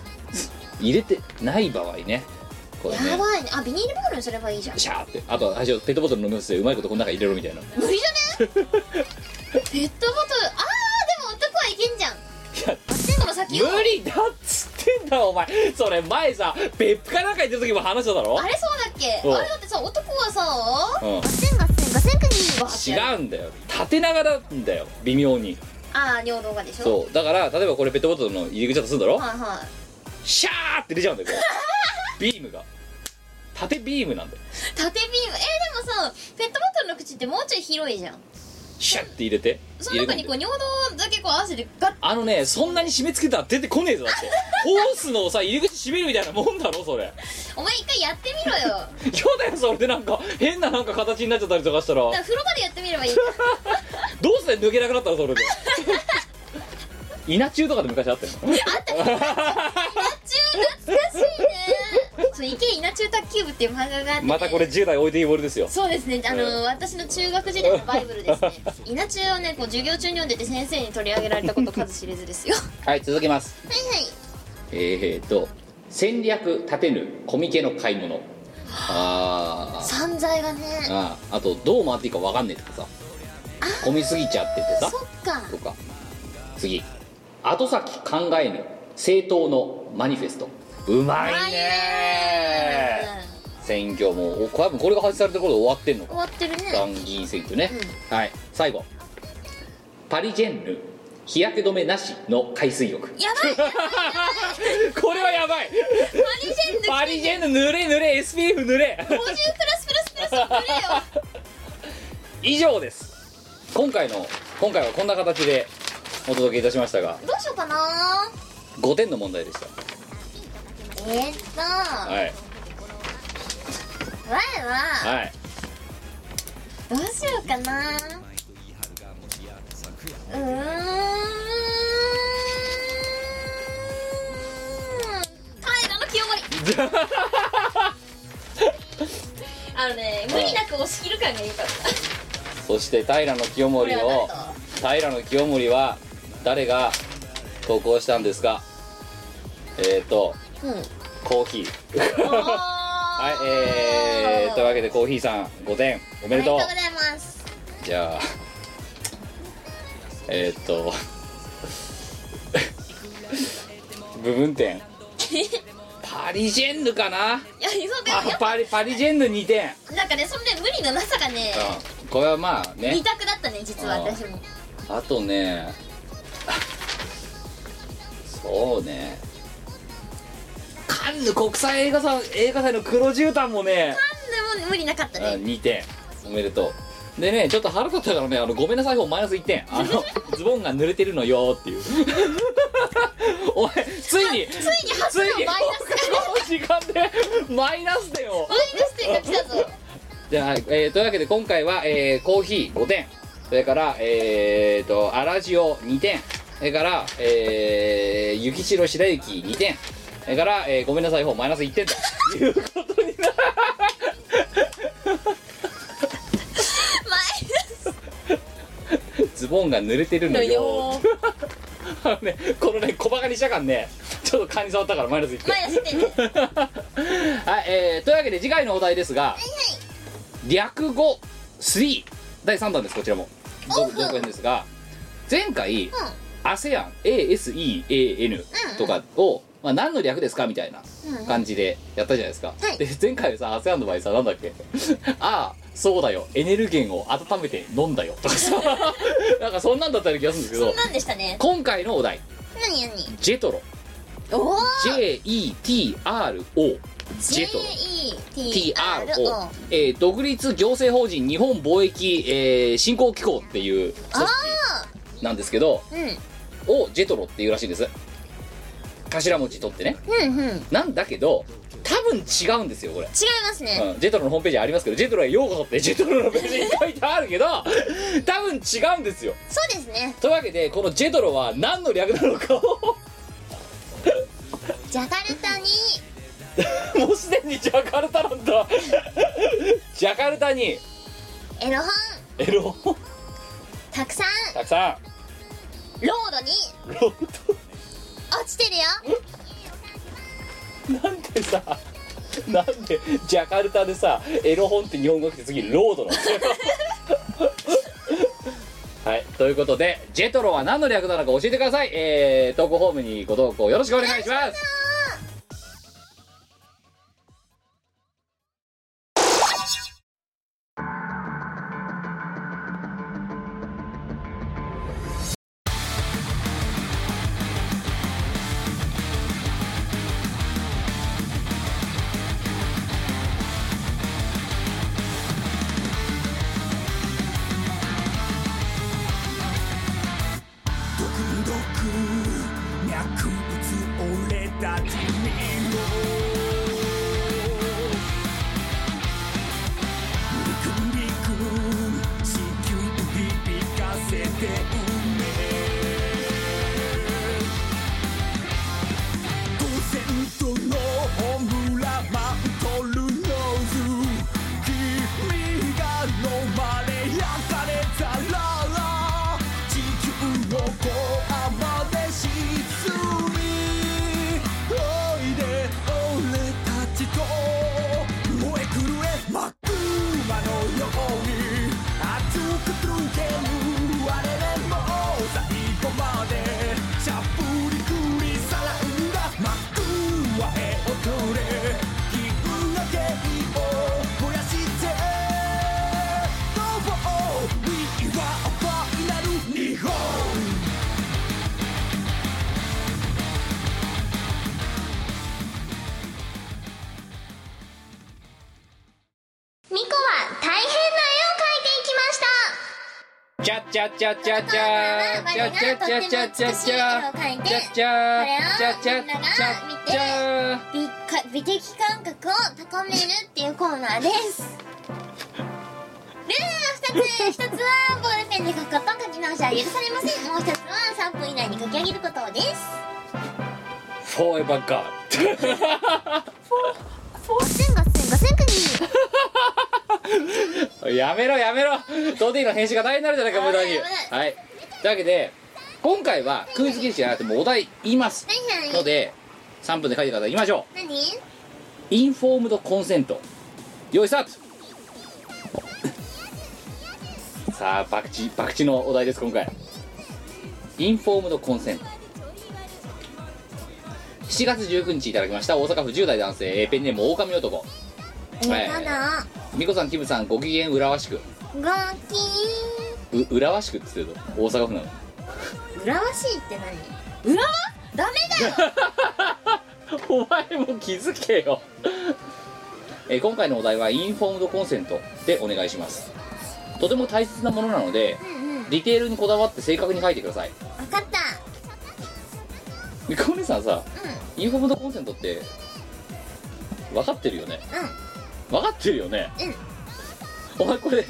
A: 入れてない場合ねこれね
B: やばいねあビニールボールにすればいいじゃん
A: シャーってあと最初ペットボトルのムースでうまいことこの中入れろみたいない
B: 無理じゃねペットボトルあーでも男はいけんじゃん
A: や
B: この先を
A: 無理だっつってんだお前それ前さ別府かなんか行ってる時も話しただろ
B: あれそうだっけ
A: うん
B: あれだってさ男はさ
A: うん違うんだよ縦長なんだよ微妙に
B: ああ尿道がでしょ
A: そうだから例えばこれペットボトルの入り口だとするんだろ
B: はいはい
A: シャーって出ちゃうんだよこれビームが縦ビームなんだよ
B: 縦ビームえー、でもさペットボトルの口ってもうちょい広いじゃん
A: シャッて入れて
B: そ
A: 入
B: の
A: れ込ん
B: 中に
A: で
B: こう尿道だけこう合わせてガッ
A: あのねそんなに締め付けたら出てこねえぞだってホースのさ入り口閉めるみたいなもんだろそれ
B: お前一回やってみろよだか
A: 今日だよそれでなんか変ななんか形になっちゃったりとかしたらどう
B: ら風呂場でやってみればいい
A: して抜けなくなったの それで稲中とかで昔あったよ
B: 懐かしいねそう池稲中卓球部っていう漫画があって、ね、
A: またこれ10代置いてきぼりですよ
B: そうですねあの、
A: うん
B: 私の中学時代のバイブルです ね稲中をねこう授業中に読んでて先生に取り上げられたこと数知れずですよ
A: はい続けます
B: はいはい
A: えーと戦略立てぬコミケの買い物あー
B: 散財がね
A: あーあとどう回っていいか分かんねえとかさ混みすぎちゃってて
B: そ
A: さ
B: っか
A: とか次後先考えぬ政党のマニフェストうまいねー
B: うん
A: 選挙もお多分これが発出された頃で終わってんのか
B: 終わってるね
A: 参議院選挙ね、はい最後パリジェンヌ日焼け止めなしの海水浴
B: やばい
A: これはやばい
B: マリジェンヌ
A: パリジェンヌ濡れ濡れ SPF 濡れ
B: 50プラスプラスプラスプレーよ
A: 以上です今回の今回はこんな形でお届けいたしましたが
B: どうしようかな
A: 5点の問題でした
B: えー、っと、我
A: はい
B: は
A: はい
B: どうしようかなうーん平の清盛 あのね無理なく押し切る感がいいから
A: そして平野清
B: これ
A: 盛
B: は
A: を
B: 誰だ
A: 平野清盛は誰が投稿したんですかえっ、ー、と
B: うん
A: コーヒーは
B: はい
A: えー、というわけでコーヒーさん5点おめで
B: おめでと
A: とう
B: うございます
A: じゃあえー、っと 部分 点パリジェンヌかない
B: やそうだよ
A: パ
B: やっ
A: パリパリジェンヌ2点、
B: ぱなんかねそのね無理のなさがね
A: うん、これはまあね
B: 二択だったね実は
A: うん
B: 私も
A: あとねあそうねカンヌ国際映画祭映画祭の黒絨毯もね
B: でも無理なかったね
A: 2点おめでとうでねちょっと腹立ったからねあのごめんなさい方マイナス1点あのズボンが濡れてるのよーっていう お前ついに
B: ついに初のマイナス
A: ついにこの時間でマイナス点を
B: マイナス点が来たぞ
A: じゃあ、えーというわけで今回は、えーコーヒー5点それからえーとアラジオ2点それからえー雪城白雪2点それから、えーごめんなさい方マイナス1点ということになる
B: マイナ
A: ズボンが濡れてる
B: ス
A: の
B: の
A: よ
B: よ
A: あのねこのね小バカにしたかんねちょっと勘に触ったからマイナス1点
B: マイナス点ね
A: はい、えーというわけで次回のお題ですが、略語3第3弾ですこちらも続続編ですが前回、ASEAN ASEAN とかを、まあ、何の略ですかみたいな感じでやったじゃないですか、
B: はい
A: で前回さ ASEAN の場合さなんだっけ ああそうだよエネル源を温めて飲んだよとか さなんかそんなんだったような気がするんですけ
B: そ
A: ど
B: んなんでしたね
A: 今回のお題
C: 何何
A: ジェトロ
B: おお
A: JETRO ジェトロ TRO
C: TRO、
A: えー独立行政法人日本貿易、えー振興機構っていう組織なんですけど
C: うん
A: をジェトロっていうらしいんです頭文字取ってね
C: うんうん違い
A: なんだけど多分違うんですよこれ、
C: ますね、
A: うん、ジェトロのホームページありますけどジェトロへようこそって ジェトロのページに書いてあるけど多分違うんですよ
C: そうですね
A: というわけでこのジェトロは何の略なのかを
C: ジャカルタに
A: もうすでにジャカルタなんだジャカルタに
C: エロ本
A: エロ
C: たくさん
A: たくさん
C: ロードに
A: ロード
C: 落ちてるよ
A: なんでさなんでジャカルタでさエロ本って日本語来て次ロードなんですよはいということでジェトロは何の略なのか教えてくださいえー、投稿ホームにご投稿よろしくお願いします
C: ミコは大変な絵を描いていきました
A: チャチャチャチャチ
C: この
A: ャチャチャチャチャチャチャ
C: とっても美しい絵を描いて
A: チャチャチャチャチャチャ
C: 美か美的感覚を高めるっていうコーナーです ルールが2つ1つはボールペンで書くこと書き直しは許されませんもう1つは3分以内に書き上げることです
A: フォーエバーガ
C: ガセンガセンガセンクニー
A: ーやめろやめろトディの編集が大変になるじゃないか無駄に
C: 危ない危
A: はいというわけで今回はクイズ形式じゃなくてもうお題言います
C: はいは
A: の
C: い
A: で3分で書いてください行きましょ
C: 何
A: うインフォームドコンセント用意スタート さあバクチバクチのお題です今回インフォームドコンセント7月19日いただきました大阪府10代男性えーペンネーム狼男はい
C: ただ
A: 美子さんキムさんご機嫌うらわしく
C: ごき
A: ううらわしくって言ってると大阪府なの
C: ーん浦和しいって何
B: ダメだよ
A: お前も気づけよえー今回のお題はインフォームドコンセントでお願いしますとても大切なものなので
C: うんうん分
A: ディテールにこだわって正確に書いてください
C: かった
A: でコメさんさ、インフォームドコンセントって分かってるよね、分かってるよね、お前これ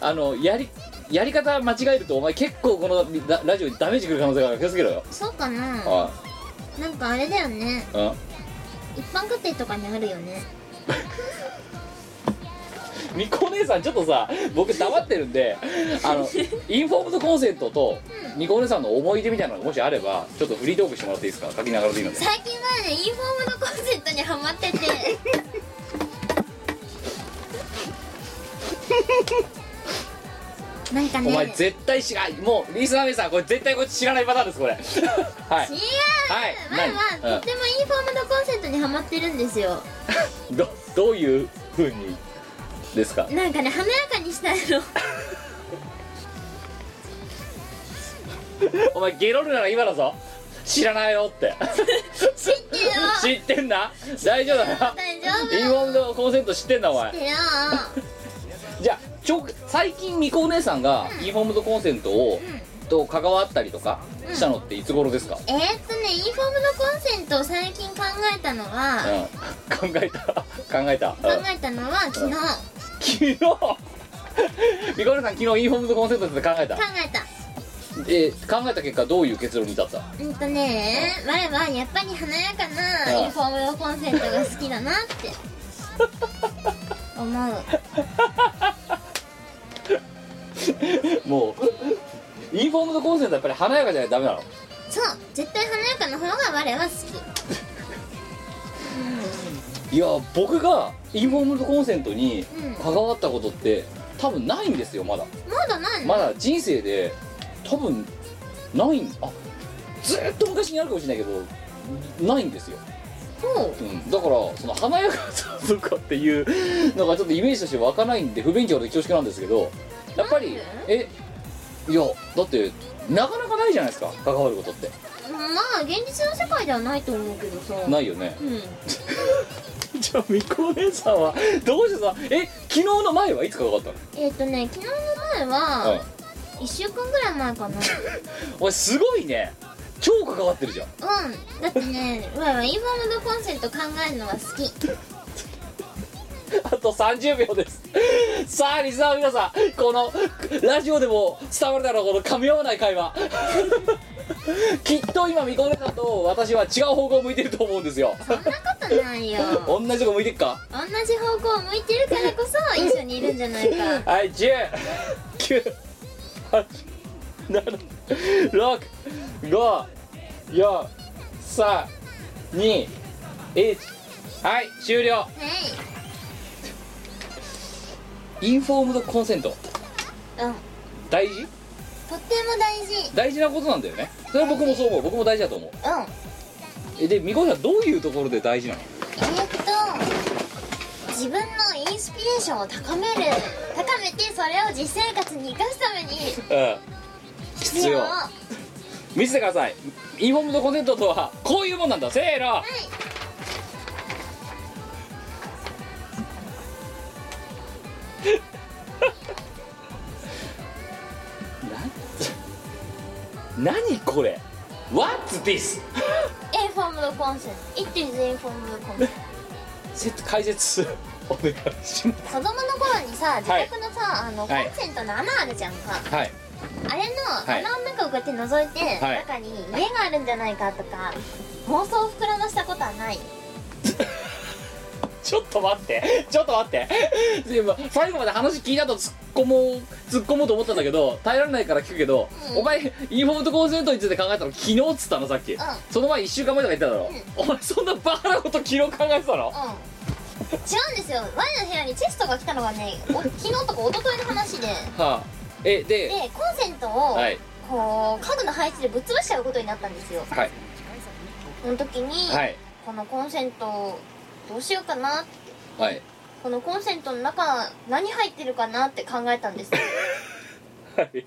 A: あのやりやり方間違えるとお前結構このララジオにダメージくる可能性がある気をつけろよ、
C: そうかな
A: あ
C: なんかあれだよね
A: あうん
C: 一般家庭とかにあるよね
A: みこお姉さんちょっとさ僕黙ってるんであ のインフォームドコンセントとみこお姉さんの思い出みたいなのがもしあればちょっとフリートークしてもらっていいですか書きながらでいいので
C: 最近はねインフォームのコンセントにハマってて なんか
A: お
C: ね
A: 前絶対知らんもうリスナーの皆さんこれ絶対こっち知らないパターンですこ れはい
C: 違う、
A: はい
C: 前
A: 何う
C: は
A: ん
C: とてもインフォームのコンセントにハマってるんですよ
A: どどういうふうにですか
C: なんかね華やかにしたいの
A: お前ゲロるなら今だぞ知らないよって
C: 知ってよ
A: 知ってんな大丈夫だな
C: 大丈夫
A: インフォームドコンセント知ってんなお前
C: 知ってよ
A: じゃあちょ最近みこお姉さんがインフォームドコンセントを、と関わったりとかしたのっていつ頃ですか、
C: えーっとねインフォームのコンセントを最近考えたのは、
A: うん考えた 考えた、うん
C: 考えたのは昨日考
A: 昨日 みこお姉さん昨日インフォームドコンセントって考えた
C: えた
A: えー考えた結果どういう結論に至った
C: うんとね前はやっぱり華やか
A: う
C: なんインフォームのコンセントが好きだなって思う
A: もうインフォームドコンセントはやっぱり華やかじゃないとダメなの
C: そう絶対華やかの方が我は好き
A: いや僕がインフォームドコンセントに
C: うん
A: 関わったことって多分ないんですよまだ
C: まだないの
A: まだ人生で多分ないんあずーっと昔にあるかもしれないけどないんですよ、
C: ほ
A: うん、だからその華やかさとかっていうのがちょっとイメージとして湧かないんで不勉強で恐縮なんですけどやっぱりえいやだってなかなかないじゃないですか関わることって
C: うまあ現実の世界ではないと思うけどさ
A: ないよね
C: うん
A: じゃあみこお姉さんはどうしてさえ昨日の前はいつかかかったの
C: えーっ、とね昨日の前
A: うん
C: は1週間ぐらい前かな
A: おいすごいね超関わってるじゃん
C: うんだってねわいわいインフォームのコンセント考えるのが好き
A: あと30秒ですさあリスナーの皆さんこのラジオでも伝わるだろうこの噛み合わない会話きっと今みこお姉さんと私は違う方向を向いてると思うんですよ
C: そんなことないよ
A: 同じとこ向いてっか
C: 同じ方向を向いてるからこそ一緒にいるんじゃな いか
A: はい1 9 8 7 6 5 4 3 2 1はい終了
C: は
A: インフォームドコンセント
C: いうん
A: 大事
C: とっても大事
A: 大事なことなんだよねそれは僕もそう思う僕も大事だと思う
C: うん
A: えでみこさんどういうところで大事なの
C: えーっと自分のインスピレーションを高める高めてそれを実生活に生かすために
A: うん必
C: 必
A: 要
C: 要
A: 見せてくださいインフォームドコンセントとはこういうもんなんだせーの な 何これ What's this?
C: インフォームのコンセント It is インフォームのコンセント
A: せ解説お願いしま
C: 子供の頃にさ自宅のさ、あのコ
A: はい
C: ンセントの穴あるじゃんか、
A: すはい
C: あれの
A: はい
C: 穴の中をこうやって覗いて、
A: はい
C: 中に家があるんじゃないかとか妄想を膨らましたことはない
A: ちょっと待ってちょっと待ってで今最後まで話聞いたと突っ込もう突っ込もうと思ったんだけど耐えられないから聞くけど、
C: うん
A: お前インフォームドコンセントについて考えたの昨日っつったのさっき、その前1週間前とか言っただろ、お前そんなバカなこと昨日考えてたの、
C: うん違うんですよ前の部屋にチェストが来たのがねお昨日とか一昨日の話で
A: はあえで
C: でコンセントを、
A: はい
C: こう家具の配置でぶっ潰しちゃうことになったんですよ
A: はい
C: その時に、
A: はい
C: このコンセントどうしようかな
A: はい
C: このコンセントの中何入ってるかなって考えた んです
A: はい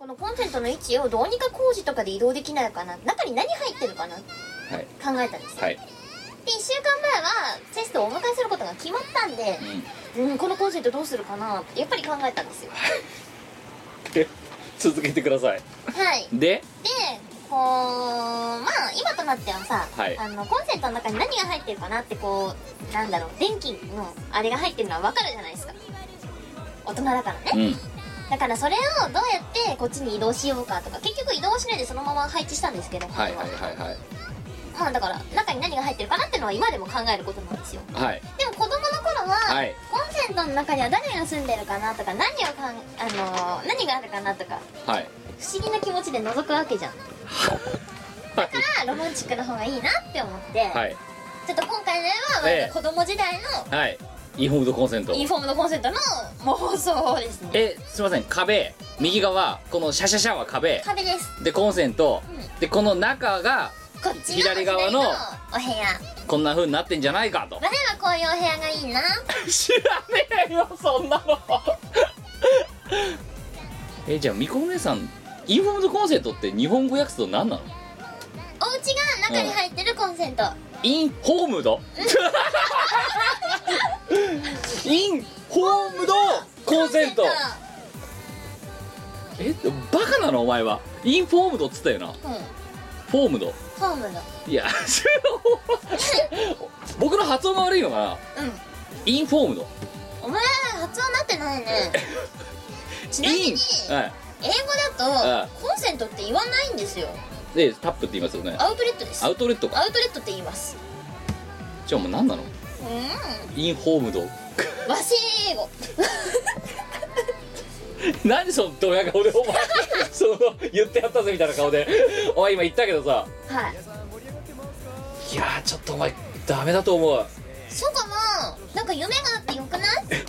C: このコンセントの位置をどうにか工事とかで移動できないかな中に何入ってるかなって
A: はい
C: 考えたんです
A: はい、
C: で1週間前はチェストをお迎えすることが決まったんで
A: う、ん、
C: うん、このコンセントどうするかなってやっぱり考えたんですよ
A: 続けてください
C: はい
A: で
C: でこうまあ今となってはさ、
A: はい
C: あのコンセントの中に何が入ってるかなってこうなんだろう電気のあれが入ってるのは分かるじゃないですか大人だからね
A: うん
C: だからそれをどうやってこっちに移動しようかとか結局移動しないでそのまま配置したんですけど、
A: はい
C: こ
A: はい
C: れ
A: はいはい
C: まあだから中に何が入ってるかなってのは今でも考えることなんですよ
A: はい
C: でも子供の頃は、
A: はい
C: コンセントの中には誰が住んでるかなとか何をかん、あのー何があるかなとか
A: はい
C: 不思議な気持ちで覗くわけじゃん
A: はい
C: だからロマンチックの方がいいなって思って、
A: はい
C: ちょっと今回の
A: え
C: 絵
A: え
C: は我が子供時代の
A: はいインフォームドコンセント
C: インフォームのコンセントの妄想ですね
A: えすいません壁右側このシャシャシャは壁
C: 壁です
A: でコンセント、
C: う
A: でこの中が
C: こっちの
A: 左側の
C: 左お部屋
A: こんな風になってんじゃない かと
C: 我はこういうお部屋がいいな
A: 知らねえよそんなのえじゃあみこお姉さんインフォームドコンセントって日本語訳すと何なの
C: お家が中に入ってるコンセント、
A: インホーム ドインホームドコンセントえバカなのお前はインフォームドっつったよな
C: うん
A: フォームド
C: ホームの
A: いや 僕の発音が悪いのかな
C: うん
A: インフォームド
C: お前発音なってないねちなみ
A: イ
C: に
A: ンはい
C: 英語
A: あ
C: だ
A: あ
C: とコンセントって言わないんですよ
A: でタップって言いますよね
C: アウトレットです
A: ア
C: アウ
A: ウトレットか
C: トレットって言います
A: じゃあもう何なの
C: うん
A: インホームド
C: 和製英語
A: 何そのドヤ顔でお前 その言ってやったぜみたいな顔でお前今言ったけどさ
C: はい
A: いやーちょっとお前ダメだと思う
C: そうかななんか夢があってよくないで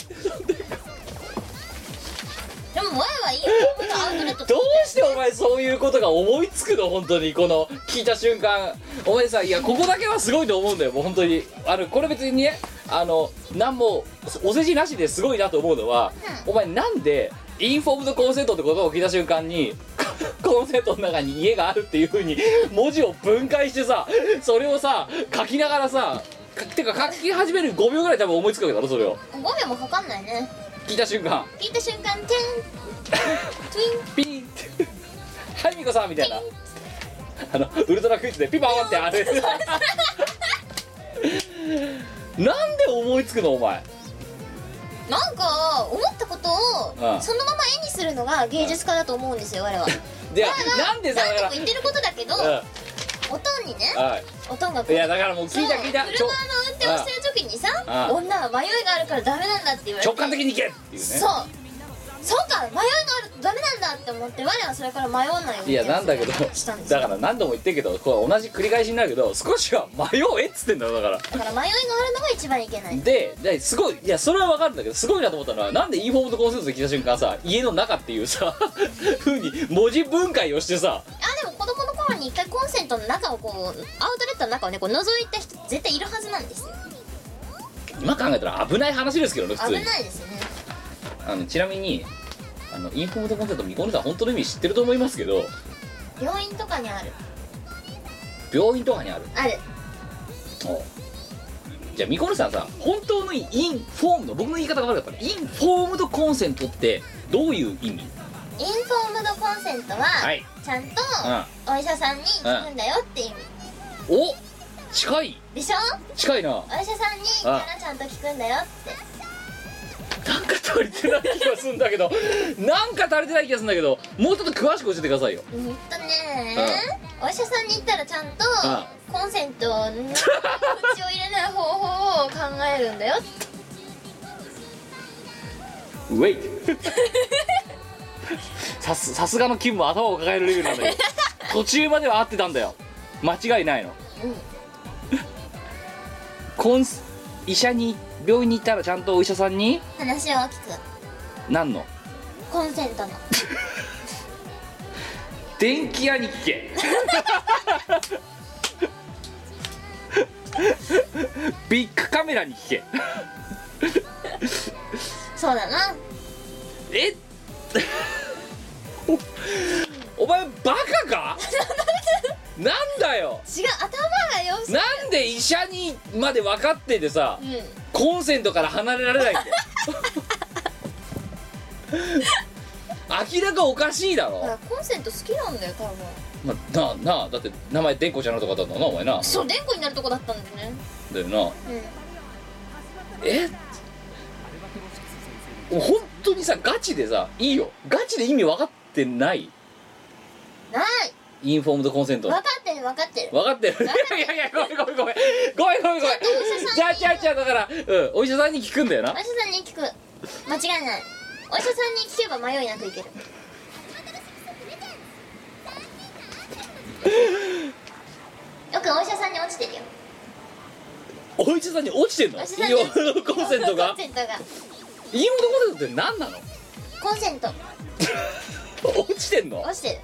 C: も前はいいよホームとアウトレット
A: どうしてお前そういうことが思いつくの本当にこの聞いた瞬間お前さいやここだけはすごいと思うんだよもう本当にあのこれ別にねあの何もお世辞なしですごいなと思うのは、お前なんでインフォームドコンセントって言葉を聞いた瞬間に コンセントの中に家があるっていうふうに文字を分解してさそれをさ書きながらさかてか書き始める5秒ぐらい多分思いつくわけだろそれを
C: 5秒もかかんないね
A: 聞いた瞬間
C: 聞いた瞬間テントゥイン
A: ピーンって「はいみこさん」みたいなあのウルトラクイズでピパーンってあれなんで思いつくのお前
C: なんか思ったこと
A: ああ
C: をそのまま絵にするのが芸術家だと思うんですよ我は
A: で
C: あ
A: なんでさだ
C: 何度
A: か
C: も言ってることだけど
A: ら、
C: 音にね
A: うんは
C: 音が
A: い、
C: こう
A: いやだからもう聞いた
C: そう
A: 聞いたち
C: 車
A: ょ
C: の運転をしてる時にさ
A: ああ
C: 女は迷いがあるからダメなんだって言われて
A: 直感的にいけっていうね
C: そうそうか迷いがあるとダメなんだって思って我はそれから迷わないように
A: いやなんだけど
C: したんです
A: だ
C: よ
A: から何度も言ってるけどこれ同じ繰り返しになるけど少しは迷えっつってんだよだから
C: だから迷いがあるのが一番いけない
A: でですごいいやそれは分かるんだけどすごいなと思ったのはなんでインフォームドコンセントで聞いた瞬間さ家の中っていうさ ふうに文字分解をしてさ
C: あでも子供の頃に一回コンセントの中をこうアウトレットの中をねこう覗いた人絶対いるはずなんですよ
A: 今考えたら危ない話ですけどね普
C: 危
A: 通に
C: ないですよね
A: あのちなみにあのインフォームドコンセント見込んでた本当の意味知ってると思いますけど
C: 病院とかにある
A: 病院とかにある
C: ある
A: じゃあミコルさんさ本当のインフォームの僕の言い方が悪かったねインフォームドコンセントってどういう意味
C: インフォームドコンセントは、
A: はい
C: ちゃんとお医者さんに聞くんだよって意味
A: お近い
C: でしょ
A: 近いな
C: お医者さんに
A: あ
C: からちゃんと聞くんだよって
A: なんか足りてない気がするんだけどなんか足りてない気がするんだけどもうちょっと詳しく教えてくださいよ
C: うんとねお医者さんに行ったらちゃんと
A: あ
C: コンセントの口を入れない方法を考えるんだよって
A: ウェイ さすさすがの勤務は頭を抱えるレベルなんだよ途中までは合ってたんだよ間違いないの、コンス医者に病院に行ったらちゃんとお医者さんに
C: 話を聞く
A: 何の
C: コンセントの
A: 電気屋に聞 けビッグカメラに聞け
C: そうだな
A: え おお前バカ かなんだよ
C: 違う頭がよし
A: なんで医者にまで分かっててさ
C: うん
A: コンセントから離れられないんだよ頭明らかおかしいだろ、
B: ほらコンセント好きなんだよ多分
A: まあ、なあなあだって名前でんこちゃんのとかだったなお前な
B: そうでんこになるとこだったんだよね
A: だよな
B: うん
A: え本当にさガチでさいいよガチで意味分かってない
B: ない
A: インフォームドコンセント
B: 分かってる分かってる
A: 分かってるいやいやごめんごめんごめんごめんごめんごめんじゃあじゃあじゃあだから、うん、お医者さんに聞くんだよな
B: お医者さんに聞く間違いないお医者さんに聞けば迷いなくいけ るよくお医者さんに落ちてるよ
A: お医者さんに落ちてんの
B: お
A: イ
B: 医
A: ンフ
B: 者さんに落ち
A: ォ
B: て
A: ームドコンセント
B: コ
A: が
B: ンセントが
A: インフォームドコンセントって何なの
B: コンセント
A: 落ちてんの
B: 落ちてる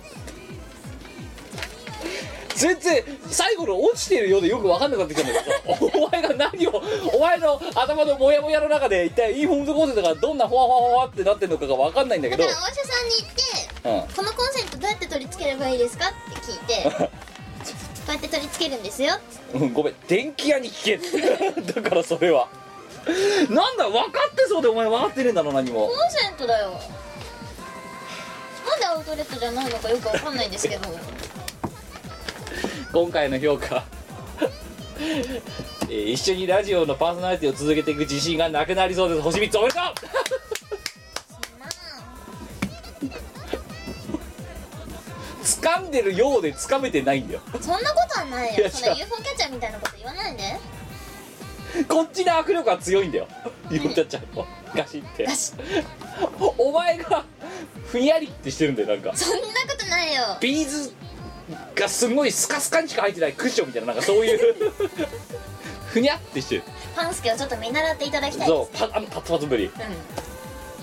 A: 全然最後の落ちてるようでよく分かんなくなってきたんだけどお前が何をお前の頭のモヤモヤの中で一体インフォームドコンセントがどんなほわほわほわってなってるのかが分かんないんだけ
B: だ
A: ど
B: からお医者さんに行っ
A: う
B: て
A: ん
B: このコンセントどうやって取り付ければいいですかって聞い てこうやって取り付けるんですよ
A: うん、ごめん電気屋に聞け だからそれはなんだ分かってそうでお前分かってねえんだろ何も
B: コンセントだよなんでアウトレットじゃないのかよくわかんないんですけど
A: 今回の評価 えー一緒にラジオのパーソナリティを続けていく自信がなくなりそうです星3つおめでとう掴んでるようで掴めてないんだよ
B: そんなことはない
A: い
B: よ
A: や
B: そんな
A: 違
B: UFO キャッチャーみたいなこと言わないで
A: こっちの握力が強いんだよ 言っちゃちゃんのガシって
B: ガシ
A: お前がふにゃりってしてるんだよなんか
B: そんなことな いよ
A: ビーズがすごいスカスカにしか入ってないクッションみたいななんかそういう ふにゃってしてる
B: パンスケをちょっと見習っていただきたいで
A: そうパあのパツパツぶり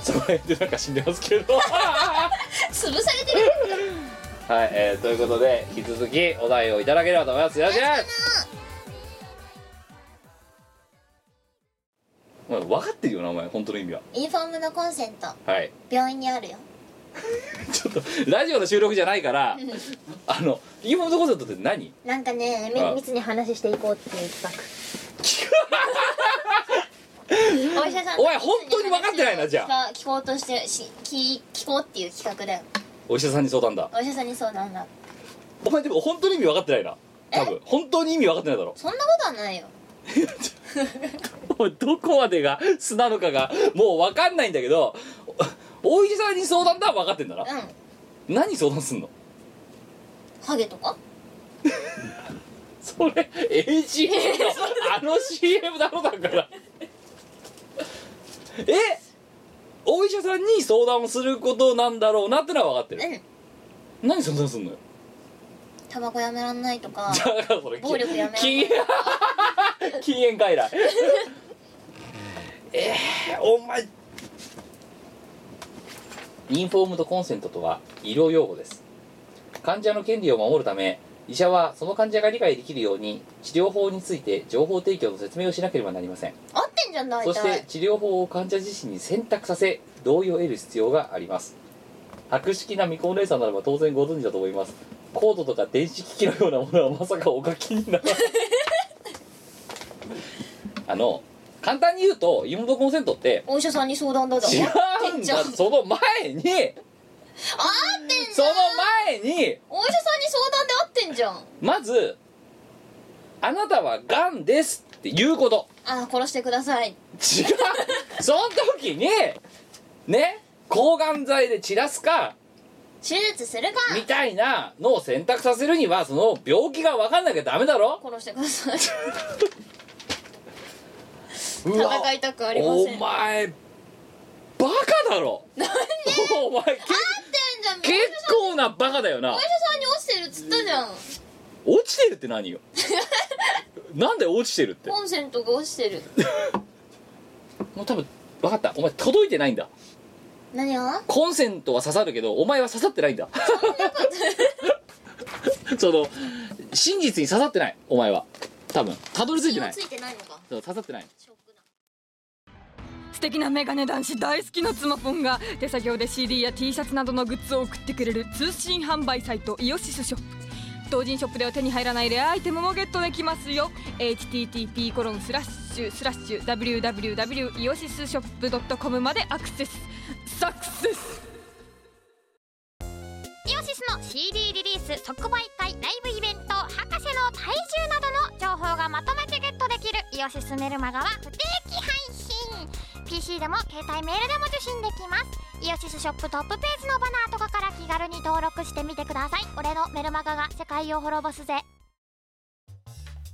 B: す
A: そ
B: うん
A: こら辺でなんか死んでますけど は
B: 潰されてる
A: い、えーということで引き続きお題をいただければと思いますよろしくお前分かってるよなお前本当の意味は
B: インフォームのコンセント
A: はい
B: 病院にあるよ
A: ちょっとラジオの収録じゃないからあのインフォームドコンセントって何
B: なんかね
A: あ
B: み密に話していこうっていう企 画お医者さんと
A: お前本当に分かってないな じゃ
B: あ聞こうとしてし聞聞こうっていう企画だよ
A: お医者さんに相談だ
B: お医者さんに相談だ
A: お前でも本当に意味分かってないな多分本当に意味分かってないだろ
B: そんなことはないよ
A: お前どこまでが素なのかがもう分かんないんだけどおお医者さんに相談だは分かってんだな
B: うん
A: 何相談すんの
B: ハゲとか
A: それ AGM のあの CM だろだからえお医者さんに相談をすることなんだろうなってのは分かってる
B: うん
A: 何相談すんのよ
B: タバコやめらんないとか
A: だからそれ
B: 暴力やめろ
A: 禁煙禁煙 外来えー、お前インフォームドコンセントとは医療用語です患者の権利を守るため医者はその患者が理解できるように治療法について情報提供の説明をしなければなりません
B: 合ってんじゃん大
A: そして
B: 体
A: 治療法を患者自身に選択させ同意を得る必要があります博識な未婚姉さんならば当然ご存知だと思いますコードとか電子機器のようなものはまさかお書きにならないあの簡単に言うとインフォームドコンセントって
B: お医者さんに相談だだ
A: 違
B: 合
A: う
B: って
A: ん
B: んじゃ
A: だ
B: ん
A: その前にその前に
B: お医者さんに相談で合ってんじゃん
A: まず「あなたはがんです」っていうこと
B: ああ殺してください
A: 違うその時にね抗がん剤で散らすか
B: 手術するか
A: みたいなのを選択させるにはその病気が分かんなきゃダメだろ
B: 殺してくださいう
A: わ
B: 戦いたくありません合って
A: お
B: ん
A: 前バカだろ何お前け
B: じゃんお医者
A: 結構なバカだよな
B: さんに落ちてるっつったじゃん
A: 落ちてるって何 よなんで落ちてるって
B: コンセントが落ちてる
A: もう多分分かったお前届いてないんだ
B: 何を
A: コンセントは刺さるけどお前は刺さってないんだ その真実に刺さってないお前は多分たどり着いてない
B: ついてないのか
A: そう刺さってない
B: ショックだ
G: 素敵なメガネ男子大好きの妻ポンが手作業で CD や T シャツなどのグッズを送ってくれる通信販売サイトイオシスショップ同人ショップでは手に入らないレアアイテムもゲットできますよ http コロンスラッシュスラッシュ www イオシスショップ .com までアクセスサクセス
H: ス即売会ライブイベント博士の体重などの情報がまとめてゲットできるイオシスメルマガは不定期配信 PC でも携帯メールでも受信できますイオシスショップトップページのバナーとかから気軽に登録してみてください俺のメルマガが世界を滅ぼすぜ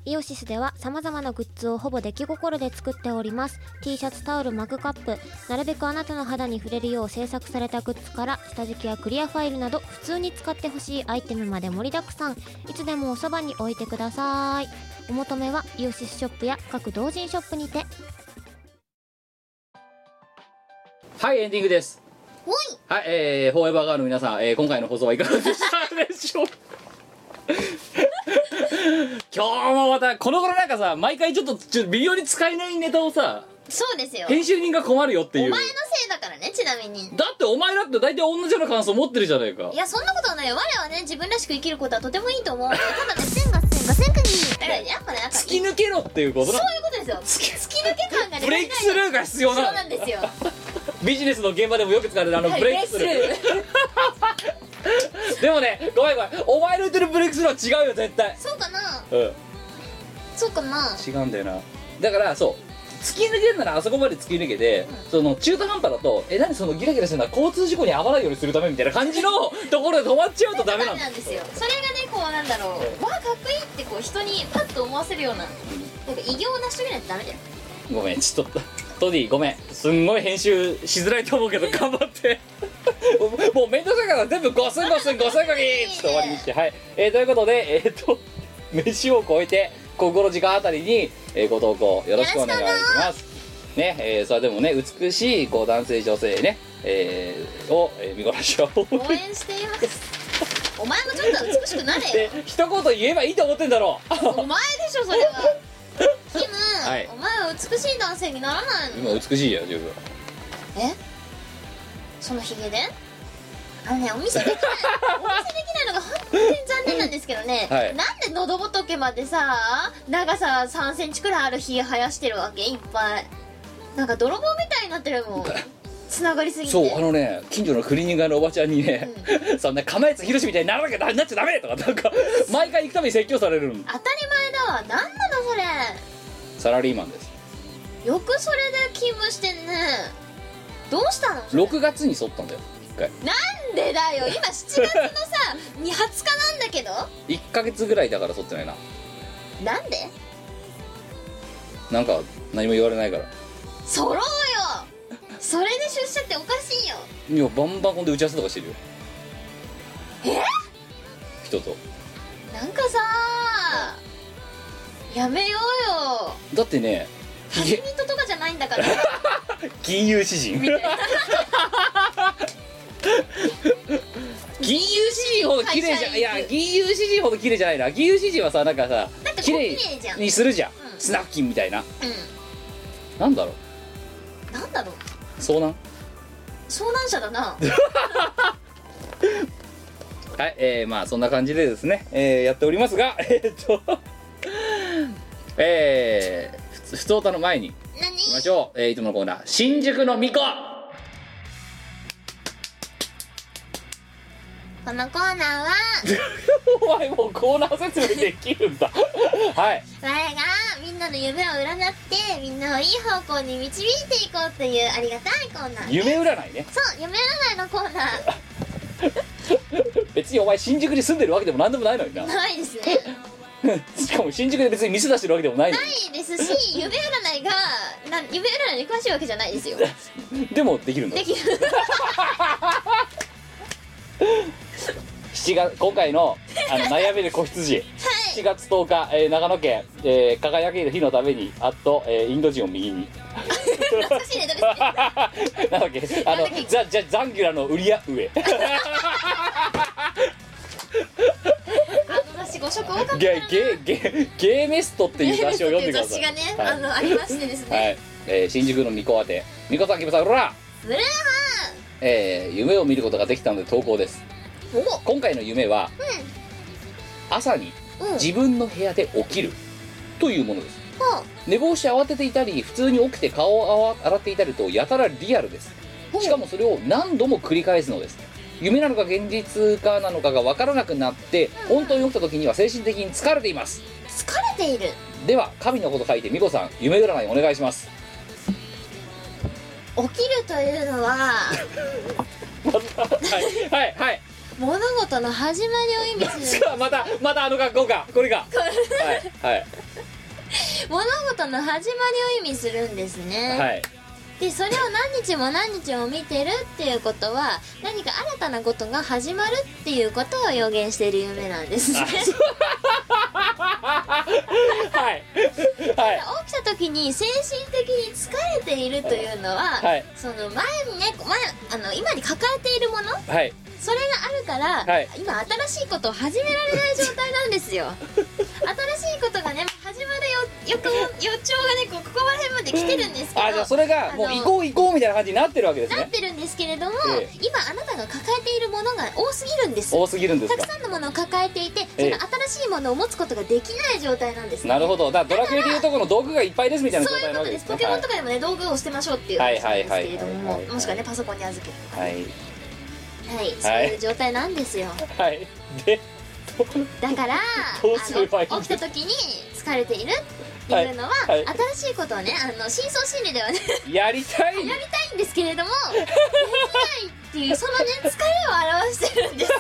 H: イオシスでは様々なグッズをほぼ出来心で作っております T シャツタオルマグカップなるべくあなたの肌に触れるよう制作されたグッズから下敷きやクリアファイルなど普通に使ってほしいアイテムまで盛りだくさんいつでもおそばに置いてくださいお求めはイオシスショップや各同人ショップにて
A: はいエンディングです
I: おい
A: はいえー、フォーエバーガールの皆さん、えー今回の放送はいかがでしたでしょうか 今日もまたこの頃なんかさ毎回ちょっとちょ微妙に使えないネタをさ
C: そうですよお前
A: 編
C: の
A: 集人が困るよっていうだ
C: せいだからねちなみに
A: ってお前だって大体同じような感想持ってるじゃないか
C: いやそんなことはないよ我はね自分らしく生きることはとてもいいと思うただね線が線が線がにだからやっぱねやっ
A: 突
C: ぱそうい
A: き
C: う
A: 抜けろっていうことな
C: ことですよ突き抜け感がね
A: ブレイクスルーが必要
C: そう
A: な
C: なんですよ
A: ビジネスの現場でもよく使われるあの
C: はい
A: ブレイクスル
C: ブレイクスルー
A: ーでもねごめんごめんお前の言ってるブレイクスルーは違うよ絶対
C: そうかな
A: うん
C: そうかな
A: 違うんだよなだからそう突き抜けるならあそこまで突き抜けて、その中途半端だとえ何そのギラギラしてるのは交通事故に遭わないようにするためみたいな感じのところで止まっちゃうとダメなんだ
C: なんですよそれがねこうなんだろうわあかっこいいってこう人にパッと思わせるようななんか偉業を成し遂げないとダ メだよ
A: ごめんちょっとトディごめんすんごい編集しづらいと思うけど頑張ってもうもう面倒くさいから全部ゴスンゴスンゴスンゴキーっつって終わりにしてはい、えーということでえっ、と飯を超えて心時間あたりに、えーご投稿よろしくお願いしますねえーそれでもね美しいこう男性女性ねえーを、えー見殺しを
C: 応援していますお前もちょっと美しくなれ
A: で
C: よ
A: 一言言えばいいと思ってんだろう
C: お前でしょそ れはキム、
A: はい
C: お前は美しい男性にならないの
A: 今美しいよ十分
C: えそのヒゲであのねお見せできないお見せできないのが本当に残念なんですけどね、
A: はい
C: なんで喉仏までさ長さ3センチくらいあるヒゲ生やしてるわけいっぱいなんか泥棒みたいになってる もんつながりすぎて
A: そうあのね近所のクリーニング屋のおばちゃんにね、そんな釜谷津博士みたいにならなきゃダなっちゃダメとか なんか毎回行くたびに説教されるの
C: 当たり前だわなんなのそれ
A: サラリーマンです
C: よくそれで勤務してんねどうしたの それ
A: 6月に剃ったんだよ1回
C: なんでだよ今7月のさに20日なんだけど
A: 1ヶ月ぐらいだから剃ってないな
C: なんで
A: なんか何も言われないから
C: そろうよそれで出社っておかしいよ
A: いやバンバンほんで打ち合わせとかしてるよえ人と
C: なんかさやめようよ
A: だってね
C: ハ
A: ひ
C: リ
A: げ
C: ミットとかじゃないんだから
A: 金融詩 人銀融詩人ほど綺麗じゃ
C: 会社行
A: ん
C: く
A: いや銀融詩人ほど綺麗じゃないな銀融詩人はさなんかさ
C: なんかこう
A: 綺
C: 綺麗じゃ
A: 麗
C: ん
A: にするじゃん、
C: うん
A: スナフキンみたいな
C: う
A: なんだろうん
C: なんだろう
A: 遭難
C: 遭難者だな
A: はいえー、まあそんな感じでですね、えー、やっておりますが えーっとえー、ふつふつおたの前に
I: 何
A: 行きましょう、えー、いつものコーナー「新宿の巫女」
I: このコーナーは
A: お前もうコーナー説明できるんだはい
I: 我がみんなの夢を占ってみんなをいい方向に導いていこうというありがたいコーナー
A: 夢占いね
I: そう夢占いのコーナー
A: 別にお前新宿に住んでるわけでもなんでもないの にな
I: ないですね
A: しかも新宿で別に店出してるわけでもないの
I: ないですし夢占いがな夢占いに詳しいわけじゃないですよ
A: にでもできるんだ
I: できる
A: 7月今回のあの悩める子羊、7月10日、えー長野県、えー輝ける日のためにあっと、えーインド人を右に
C: 懐かしいねどれ
A: なんだっけあのザザザンギュラの売り上上
C: あの雑誌5色多かったな
A: ゲゲゲゲーメストっていう雑誌を読んでください
C: ゲームストっていう雑誌がね、あ
A: は
C: のありましてです
A: い、
C: ね、
A: はいえー新宿の巫女宛て巫女さんキムさんうら
C: ブルー
A: えー夢を見ることができたので投稿です今回の夢は、朝に自分の部屋で起きるというものです、寝坊して慌てていたり普通に起きて顔を洗っていたりとやたらリアルですしかもそれを何度も繰り返すのです夢なのか現実かなのかが分からなくなって本当に起きた時には精神的に疲れています
C: 疲れている
A: では神のこと書いて美子さん夢占いお願いします
C: 起きるというのは
A: はいはいはい
C: 物事の始ま りを意味する
A: またまたあの学校かこれかはいはい
C: 物事の始まりを意味するんですね、
A: はい
C: でそれを何日も何日も見てるっていうことは何か新たなことが始まるっていうことを予言している夢なんですね起き
A: はいはい
C: た時に精神的に疲れているというのは、
A: はい
C: その前にね前あの今に抱えているもの
A: はい
C: それがあるから、
A: はい
C: 今新しいことを始められない状態なんで すよ新しいことがね始まるよよく予兆がねこここら辺まで来てるんですけど
A: あじゃあそれがもう
C: あの
A: 行こう行こうみたいな感じになってるわけです
C: なっ
A: ね
C: てるんですけれども、
A: ええ
C: 今あなたが抱えているものが多すぎるんです
A: 多すぎるんです
C: た
A: か
C: くさんのものを抱えていてそ
A: ええ
C: の新しいものを持つことができない状態なんですね
A: なるほどだからドラクエでいうとこの道具がいっぱいですみたいな状
C: そういう
A: 態なわ
C: こと
A: け
C: で
A: ですす
C: ポ
A: ね
C: ケモンとかでもね道具を捨てましょうっていう話なんですけれど
A: はいはいは
C: も
A: いはい
C: もしくはねパソコンに預けるとか
A: はい
C: はいそういう状態なんですよ
A: はい、はい、で
C: だから
A: どうすればいいん
C: あの
A: だ
C: 起きた時に疲れているっていうのは、
A: はいはい
C: 新しいことをねあの深層心理ではね
A: やりたい
C: やりたいんですけ れどもできないっていうそのね疲れを表してるんですよ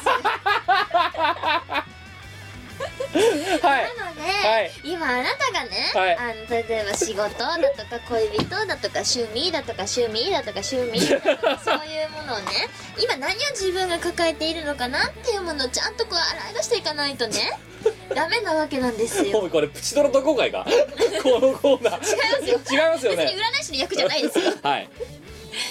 A: はい
C: なので、
A: はい
C: 今あなたがね、
A: はい
C: あの例えば仕事だとか恋人だとか趣味だとか趣味だとか趣味だと かそういうものをね今何を自分が抱えているのかなっていうものをちゃんとこう洗い出していかない とねダメなわけなんですよ
A: おいこれプチドラ同好会かこのコーナー
C: 違いますよ
A: 違いますよ
C: 別に
A: ね
C: 占い師の役じゃないですよ
A: はい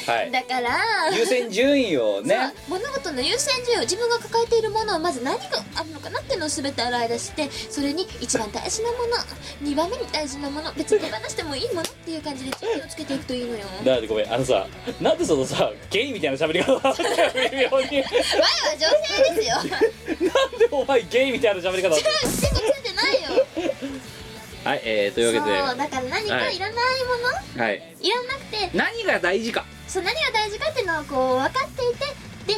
A: はい
C: だから
A: 優先順位を
C: まあ
A: ね
C: 物事の優先順位を自分が抱えているものをまず何があるのかなっていうのを全て洗い出してそれに一番大事なもの2番目に大事なもの別に手放してもいいものっていう感じで順位をつけていくといいのよ
A: だってごめんあのさなんでそのさゲイみたいな喋り方だ ったよ微妙に
C: 前は女性 ですよ
A: なんでお前ゲイみたいな喋り方だっ
C: 結構ついてないよ
A: たはいえー、というわけで
C: そうだから何かいらないもの、
A: はい
C: い、らなくて
A: 何が大事か
C: そう何が大事かっていうのをこう分かっていてで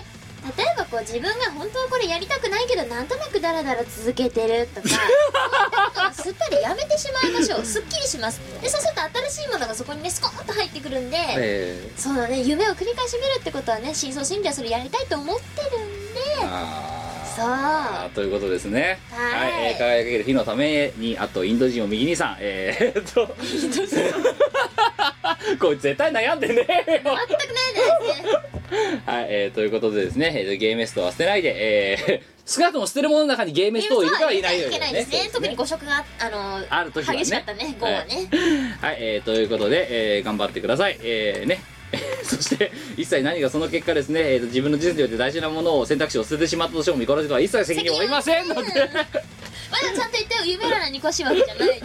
C: 例えばこう自分が本当はこれやりたくないけどなんとなくダラダラ続けてる とかそういったことをすっぱりやめてしまいましょうすっきりしますでそうすると新しいものがそこにねスコーンと入ってくるんで、
A: え
C: そうだね夢を繰り返し見るってことはね深層心理はそれやりたいと思ってるんで
A: ー、あ
C: そう
A: あーということですね
C: はい
A: えー輝ける日のためにあとインド人を右にさんえー、っとインド人 これ絶対悩んでねえよ
C: 全くないですね
A: はい、えー、ということでですね、えーゲーメストは捨てないで、えー、少なくとも捨てるものの中にゲーメストを入れてはいないよう
C: いけないですね特に
A: こ
C: 誤色があの
A: ある時はね
C: 激しかったね5はね、
A: はい、えー、ということで、えー、頑張ってください。えー、ね。 そして一切何がその結果ですね、えーと自分の人生において大事なものを選択肢を捨ててしまったとしても見殺しとは一切責任を負いませんので
C: まだちゃんと言ったよ夢ならに越しはわけじゃない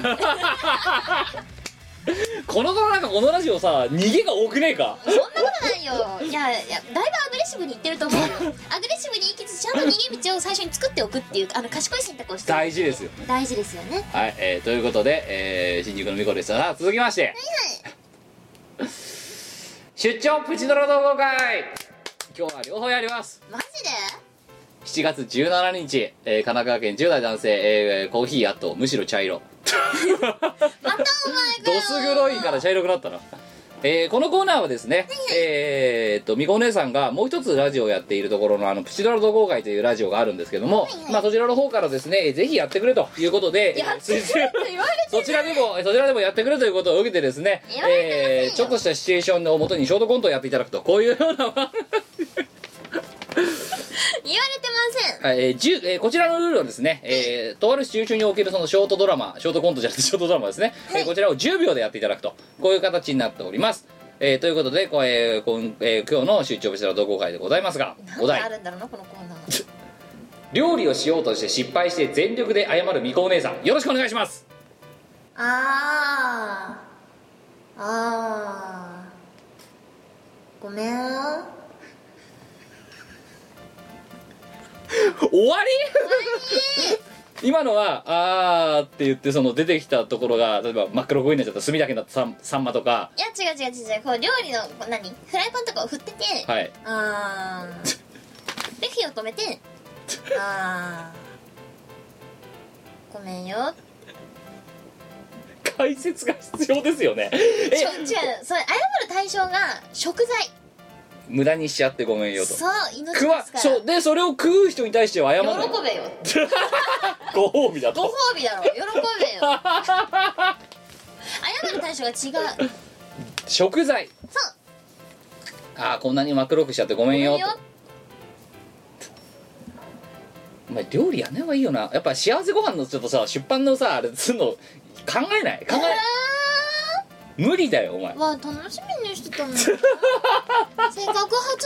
A: この頃なんかこのラジオさ逃げが多くねえか
C: そんなことないよいやいやだいぶアグレッシブにいってると思うよアグレッシブにいきつつちゃんと逃げ道を最初に作っておくっていうあの賢い選択をして
A: 大事ですよね
C: 大事ですよね
A: はい、えー、ということで、えー、新宿のみこでしたさあ続きまして、出張プチドラ同好会今日は両方やります
C: マジで
A: 7月17日、えー神奈川県10代男性、えーコーヒーあとむしろ茶色
C: またお前
A: どす黒いから茶色くなったなえーこのコーナーはですね、えーっと、みこお姉さんがもう一つラジオをやっているところの、あの、プチドラ同好会というラジオがあるんですけども、まあ、そちらの方からですね、えーぜひやってくれということで、えー推薦
C: 言われて
A: そちらでも、えーそちらでもやってくれということを受けてですね、
C: やめてくださいよ
A: えーちょっとしたシチュエーションのもとにショートコントをやっていただくと、こういうような、
C: 言われてま
A: はいえー10えーこちらのルールはですね、えーとある集中におけるそのショートドラマショートコントじゃなくてショートドラマですね、えーこちらを10秒でやっていただくとこういう形になっております、えーということでこう、えーこんえー今日の出張部の同好会でございますが
C: せん
A: お
C: 何があ
A: 題
C: るんだろうなこのコーナー
A: 料理をしようとして失敗して全力で謝るみこお姉さんよろしくお願いします
C: あーあーごめん
A: 終わり今のは「あー」って言ってその出てきたところが例えば真っ黒声になっちゃった炭だけになったさんさんまとか
C: いや違う違う違う違うこう料理のこう何フライパンとかを振ってて、
A: はい
C: あーレフィを止めて「あーごめんよ」
A: 解説が必要ですよね
C: ち
A: え
C: ょ違うそれ謝る対象が食材
A: 無駄にしちゃってごめんよと
C: そう命です
A: 食
C: か
A: わ
C: ら
A: そうでそれを食う人に対しては謝る
C: 喜べよ
A: ご褒美だ
C: ご
A: と
C: 褒美だろ喜べよ謝る対象が違う
A: 食材
C: そう
A: ああこんなにマクロくしちゃってごめ
C: ご
A: ん
C: めん
A: よ
C: よ
A: お前料理やんない方がいいよなやっぱ幸せご飯のちょっとさ出版のさあれすんの考えない考え無理だよお前
C: わあ楽しみにして たのにせっかく初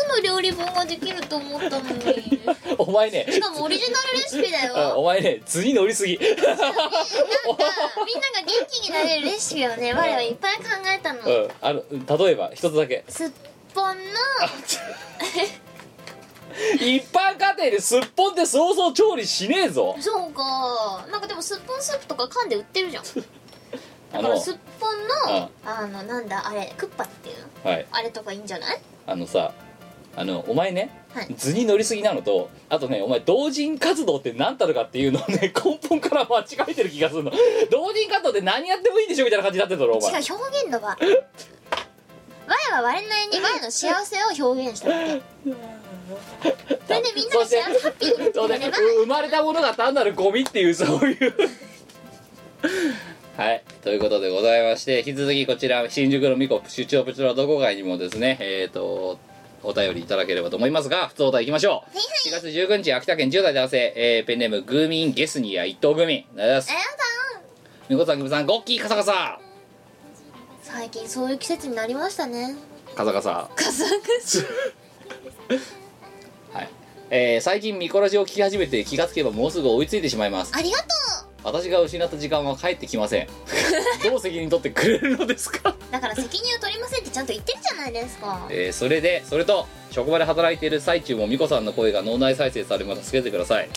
C: の料理本ができると思ったのに
A: お前ね
C: しかもオリジナルレシピだよ
A: あお前ね図に乗りすぎ
C: なんかみんなが元気になれるレシピをね我はいっぱい考えたの
A: うんあの例えば一つだけ
C: すっぽんの
A: 一般家庭ですっぽんってそうそう調理しねえぞ
C: そうかなんかでもすっぽんスープとか缶で売ってるじゃん
A: あ
C: だ
A: の
C: からすっぽんの
A: あ
C: あのなんだあれクッパっていうの
A: はい
C: あれとかいいんじゃない
A: あのさあのお前ね、
C: はい
A: 図に乗りすぎなのとあとねお前同人活動って何たるかっていうのをね根本から間違えてる気がするの同人活動って何やってもいいんでしょみたいな感じになってるだろお
C: 違う
A: 前
C: 表現 の場我は我なりに我の幸せを表現した だけそれでみんなが幸せハッピーに
A: そう
C: な
A: ね
C: れば
A: う生まれたものが単なるゴミっていうそういう はいということでございまして引き続きこちら新宿のミコ出張プチドラ同好会にもですねえっ、とお便りいただければと思いますが普通お便りいきましょう4月19日秋田県10代男性、えーペンネームグーミンゲスニア一等グミありがとうございますみこさんきむさんゴッキーカサカサ
C: 最近そういう季節になりましたね
A: カサカサ
C: カサ
A: はいえー最近ミコラジを聞き始めて気がつけばもうすぐ追いついてしまいます
C: ありがと
A: 私が失った時間は帰ってきません どう責任取ってくれるのですか、
C: うだから責任を取りませんってちゃんと言ってるじゃないですか
A: えーそれでそれと職場で働いている最中も美子さんの声が脳内再生されまた助けてください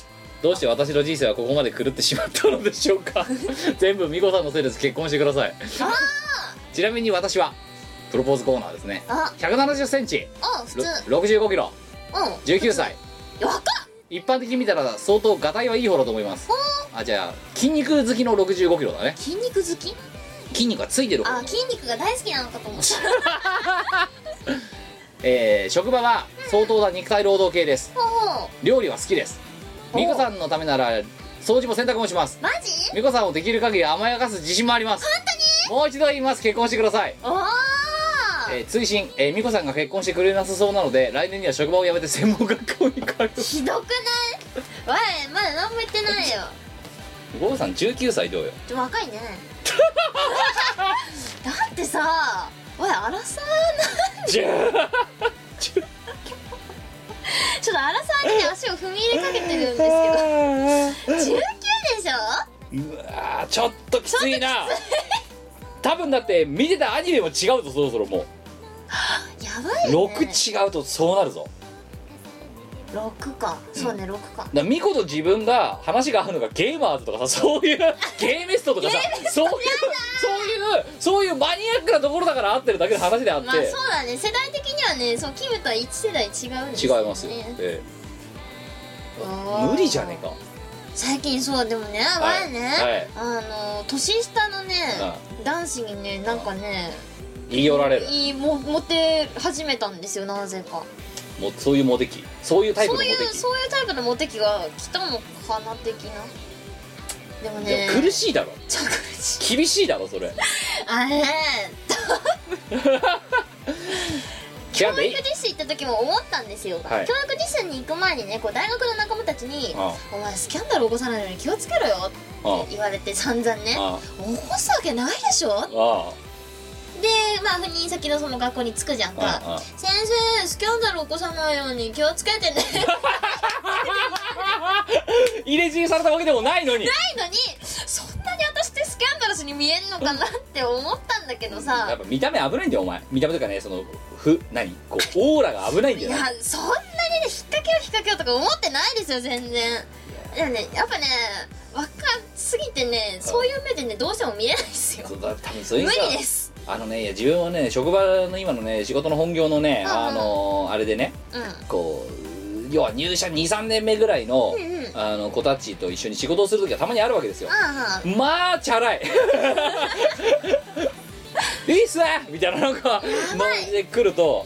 A: どうして私の人生はここまで狂ってしまったのでしょうか 全部美子さんのせいです結婚してくださいちなみに私はプロポーズコーナーですね
C: あ
A: 1 7 0ンチ
C: あ普通う
A: 6 5キロ
C: ん
A: 19歳
C: 若っ
A: 一般的に見たら相当ガタイはいい方だと思いますあじゃあ筋肉好きの6 5キロだね
C: 筋肉好き
A: 筋肉がついてる方
C: あ筋肉が大好きなのかと思った
A: えー職場は相当な肉体労働系です
C: ほう
A: 料理は好きです美子さんのためなら掃除も洗濯もします
C: マジ
A: 美子さんをできる限り甘やかす自信もあります本当にもう一度言います結婚してください、
C: おー
A: えー追伸、えー、美子さんが結婚してくれなさそうなので来年には職場を辞めて専門学校に通う
C: ひどくないわいまだ何も言ってないよ
A: ゴーさん19歳どうよ
C: ちょ若い ねだってさわいアラサー
A: じゃあ
C: ちょっとアラサーに足を踏み入れかけてるんですけど19でしょ
A: うわーちょっときついな多分だって見てたアニメも違うぞそろそろも
C: やば
A: う
C: いよ、ね、
A: 6違うとそうなるぞ
C: 6かそうね6
A: だ
C: か
A: からミコと自分が話が合うのがゲーマーズとかさそういうゲーミストとかさそういうそういうそういうマニアックなところだから合ってるだけの話であって、
C: まあそうだね世代的にはねそうキムとは1世代違うんですよ、ね、
A: 違いますよ、ええ
C: おー
A: 無理じゃねえか
C: 最近そうでもね
A: はい
C: 前ね、
A: はい
C: あの年下のね
A: あ
C: 男子にねなんかね
A: 言い寄られる
C: いいもモテ始めたんですよなぜか
A: もうそういうモテ期そういうタイプの
C: そ
A: モ
C: う
A: テ
C: いう
A: 期
C: そういうタイプのモテ期が来たのかな的なでもね
A: でも苦しいだろ
C: ちょっと苦しい
A: 厳しいだろそれ
C: あれ
A: いや
C: 教
A: で
C: 育実習行った時も思ったんですよ、
A: はい
C: 教育実習に行く前にねこう大学の仲間たちに
A: あ
C: 「お前スキャンダル起こさないように気をつけろよ」
A: あ
C: って言われて散々ね
A: あ
C: 「起こすわけないでしょ」
A: あ
C: でまあ赴任先のその学校に着くじゃん
A: ああ
C: か
A: あ
C: 「先生スキャンダル起こさないように気をつけてね」
A: 入れ知恵されたわけでもないのに
C: ないのにそんなに私ってスキャンダラスに見えるのかなって思ったんだけど
A: やっ
C: さ
A: ぱ見た目危ないんだよお前見た目というかねそのふ何こうオーラが危ないん
C: い
A: だよ
C: やそんなにね引っ掛けよう引っ掛けようとか思ってないですよ全然いやねやっぱね若すぎてねそういう目でねどうしても見れないですよ
A: そうだ多分そう
C: 無
A: い
C: 理
A: うさ
C: です
A: あのねいや自分はね職場の今のね仕事の本業のね
C: うんうん
A: あのーあれでね
C: うん
A: こう要は入社23年目ぐらいの,、
B: んうん
A: あの子たちと一緒に仕事をする時がたまにあるわけですよ
B: あ
A: まあチャラ いいいっすねみたいななんかマジで来ると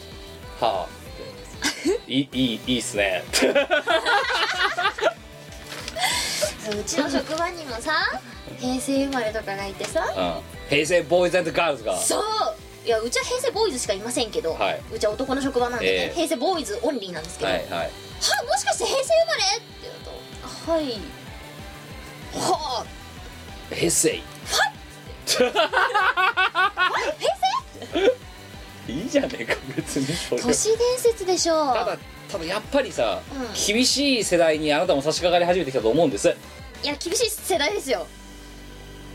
A: はあっていいいいいいっすねって
B: あうちの職場にも さ平成生まれとかがいてさ
A: うん平成ボーイズガールズが
B: そういやうちは平成ボーイズしかいませんけど、
A: はいう
B: ちは男の職場なんで、ね
A: ええ
B: 平成ボーイズオンリーなんですけど、
A: はいはい
B: はあもしかして平成生まれって言うと「はい」は
A: 平成 いいじゃねえか別にそ
B: あ
A: れ
B: 都市伝説でしょ
A: ただ多分やっぱりさ、
B: うん
A: 厳しい世代にあなたも差し掛かり始めてきたと思うんです
B: いや厳しい世代ですよ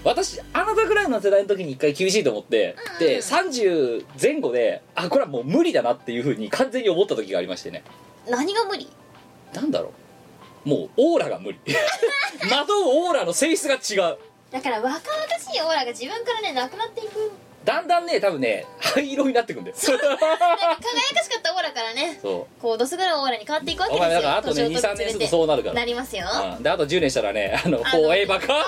A: 私あなたぐらいの世代の時に一回厳しいと思って、で30前後であこれはもう無理だなっていうふうに完全に思った時がありましてね
B: 何が無理
A: なんだろうもうオーラが無理 窓オーラの性質が違う
B: だから若々しいオーラが自分からねなくなっていく
A: だんだんね多分ね灰色になって くんだよ
B: なんか輝かしかったオーラからね
A: そう
B: こうどす黒いオーラに変わっていくわけ
A: お
B: ですよ
A: 前だからあとね
B: 年を取
A: 23年
B: ってれ
A: す
B: て
A: るとそうなるから
B: なりますよ
A: うんであと10年したらねあのフォーエバーか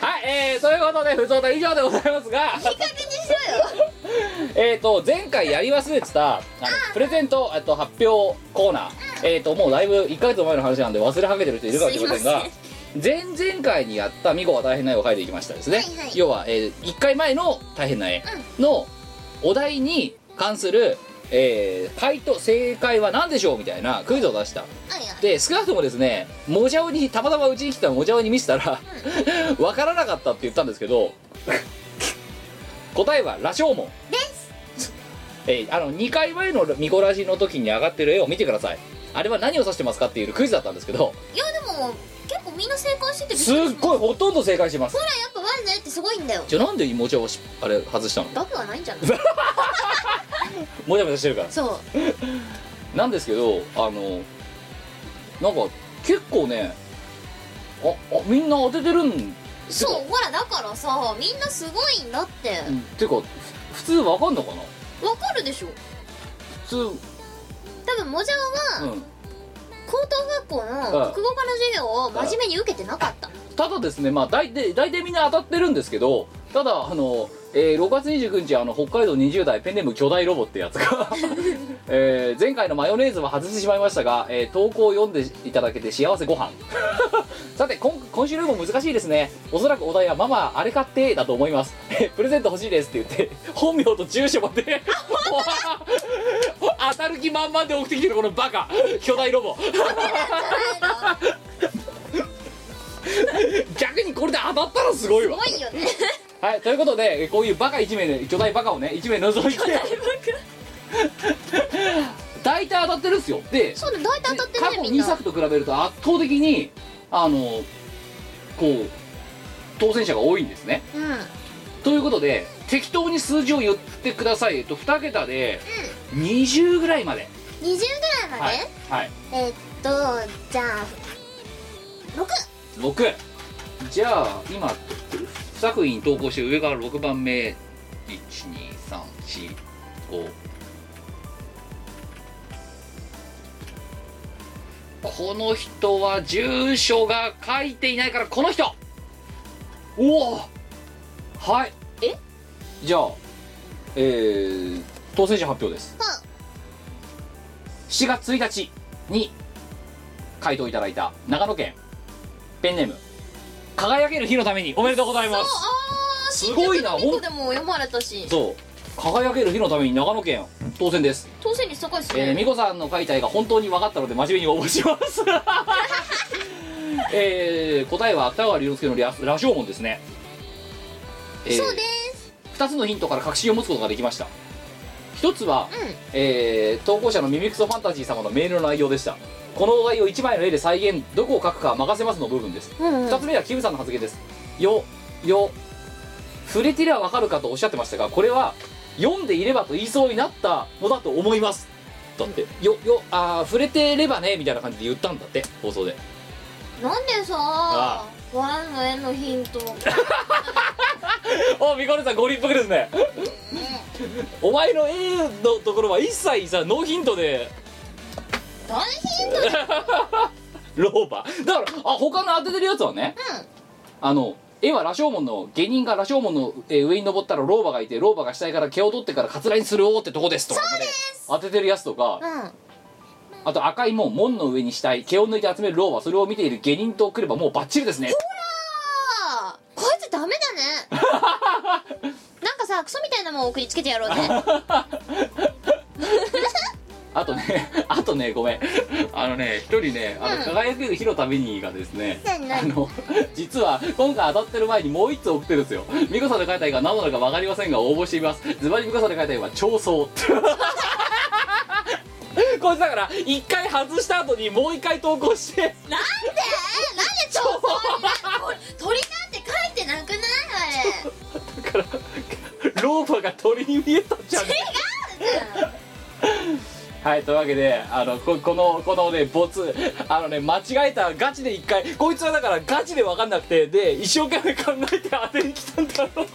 A: はいえー、ということで不相談以上でございますが
B: 確認しろよ
A: えー、と前回やり忘れてたあのプレゼントえっと発表コーナー、えー、ともうだいぶ1ヶ月前の話なんで忘れはけてる人いるかもしれませんが前々回にやった「ミコは大変な絵」を書いていきましたですね、
C: はいはい
A: 要は、え1回前の「大変な絵」のお題に関する、えー回答正解は何でしょうみたいなクイズを出したで少なくともですねもじゃおにたまたまうちに来たもじゃおに見せたらわからなかったって言ったんですけど答えは羅生門ですえーあの2回前のミコラジの時に上がってる絵を見てくださいあれは何を指してますかっていうクイズだったんですけど
B: いやでも結構みんな正解しててびっ
A: すっ
B: くりしました
A: ごいほとんど正解してます
B: やっぱワンの絵ってすごいんだよ
A: じゃあなんでもじゃおをしあれ外したのも
B: 額はないんじゃない
A: じゃもじゃしてるから
B: そう
A: なんですけどあのなんか結構ねああみんな当ててるんですよ
B: そうほらだからさみんなすごいんだって
A: うんてかふ普通わかんのかな
B: わかるでしょ
A: 普通うん
B: 多分もじゃおは高等学校
A: う
B: の
A: ん
B: 国語科の授業を真面目に受けてなかった
A: ただですねまあ大体大体みんな当たってるんですけどただあの、えー6月29日あの北海道20代ペンネーム巨大ロボってやつ が、えー前回のマヨネーズは外してしまいましたが、えー投稿を読んでいただけて幸せご飯さて今今週のも難しいですねおそらくお題は「ママあれ買って」だと思います プレゼント欲しいですって言って 本名と住所まで 当たる気満々で送ってきてるこのバカ巨大ロボ逆にこれで当たったらすごいわ
B: すごいよね
A: はいということでえこういうバカ1名で巨大バカをね1名除いて大体当たってるんですよで
B: そうだ大体当たって
A: 過
B: るね
A: 去
B: みん
A: 2
B: な
A: 作と比べると圧倒的にあのこう当選者が多いんですね
B: うん
A: ということで適当に数字を言ってくださいえっと2桁で20ぐらいまで、
C: 20ぐらいま
A: はい
C: で、
A: はい
C: えっとじゃあ6
A: 6じゃあ今不作品投稿して上から6番目12345この人は住所が書いていないからこの人おおはい
B: え
A: じゃあえー、当選者発表です
C: は
A: 7月1日に回答いただいた長野県ペンネーム輝ける日のためにおめでとうございま
B: あ
A: すす
B: あ
A: ごいな
B: 新
A: ほ
B: 宿
A: ん
B: でも読まれたし
A: そう輝ける日のために長野県当選です、
B: 当選率高いです
A: えー、
B: ね
A: 美子さんの解体が本当に分かったので真面目に応募します えー、答えは芥川龍之介の羅羅生門ですね、えー
C: そうです
A: 2つのヒントから確信を持つことができました1つは、えー投稿者のミミクソファンタジー様のメールの内容でしたこのお題を1枚の絵で再現どこを描くか任せますの部分です、2つ目はキムさんの発言ですよよ触れてりゃわかるかとおっしゃってましたがこれは読んでいればと言いそうになったのだと思いますだってよよあー触れてればねみたいな感じで言ったんだって放送で
B: なんでさ
A: あ
B: ワンの絵のヒントを
A: おミコルさんご立腹ですねお前の A のところは一切さノーヒントで
B: 大ヒントで
A: 老婆だからあ他の当ててるやつはね、あの絵は羅生門の芸人が羅生門のえー上に登ったら老婆がいて老婆が死体から毛を取ってからカツラにするおーってとこですとかまで当ててるやつとか、あと赤い門門の上に死体毛を抜いて集める老婆それを見ている芸人と来ればもうバッチリですね
B: あーこいつダ メだねなんかさクソみたいなもん送りつけて やろうね
A: あとね あとねごめんあのね一人ねあの、輝く火のためにがですねあの 実は今回当たってる前にもう一つ送ってるんですよ美子さんの書いた絵が何なのか分かりませんが応募してみますズバリ美子さんの書いた絵は長僧 こいつだから一回外した後にもう一回投稿して
B: えなんで長僧にな鳥なんて書いてなくないあれ
A: だから老婆が鳥に見えたじゃんはいというわけであのここのこのね没あのね間違えたガチで一回こいつはだからガチで分かんなくてで一生懸命考えて当てに来たんだろう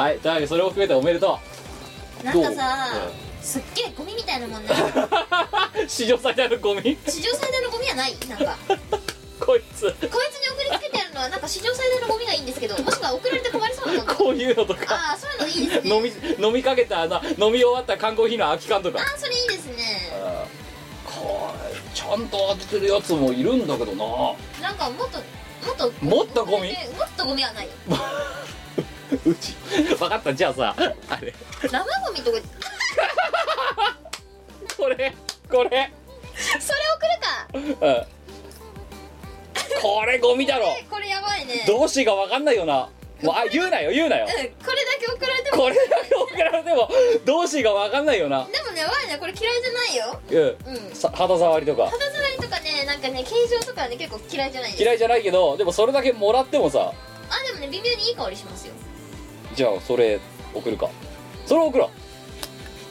A: はいというわけでそれを含めておめでと
B: なんかさすっげえゴミみたいなもんね
A: う史上最大のゴミ
B: 史上最大のゴミはないなんかこ
A: こ
B: い
A: いつ
B: つに送りつけてやるのはなんか史上最大のゴミがいいんですけどもしくは送られて困りそうなもの
A: こういうのとか
B: ああそういうのいいですね
A: 飲み飲みかけたあの飲み終わった缶コーヒーの空き缶とか
B: ああそれいいですね
A: これちゃんと当ててるやつもいるんだけどな
B: なんかもっともっと
A: もっとゴミ
B: もっとゴミはないよ
A: うち 分かったじゃあさあれ
B: 生ゴミとか
A: これこれ
B: それ送るか
A: うんこれゴミだろ
B: えこれやばいね
A: どうしていいか分かんないよなもうあ言うなよ言うなよ
B: うんこれだけ送られても
A: これだけ送られてもどうしていいか分かんないよな
B: でもねやばいねこれ嫌いじゃないよ
A: うん
B: うん
A: さ肌触りとか
B: 肌触りとかねなんかね形状とかね結構嫌いじゃないです
A: 嫌いじゃないけどでもそれだけもらってもさ
B: あでもね微妙にいい香りしますよ
A: じゃあそれ送るかそれ送ろ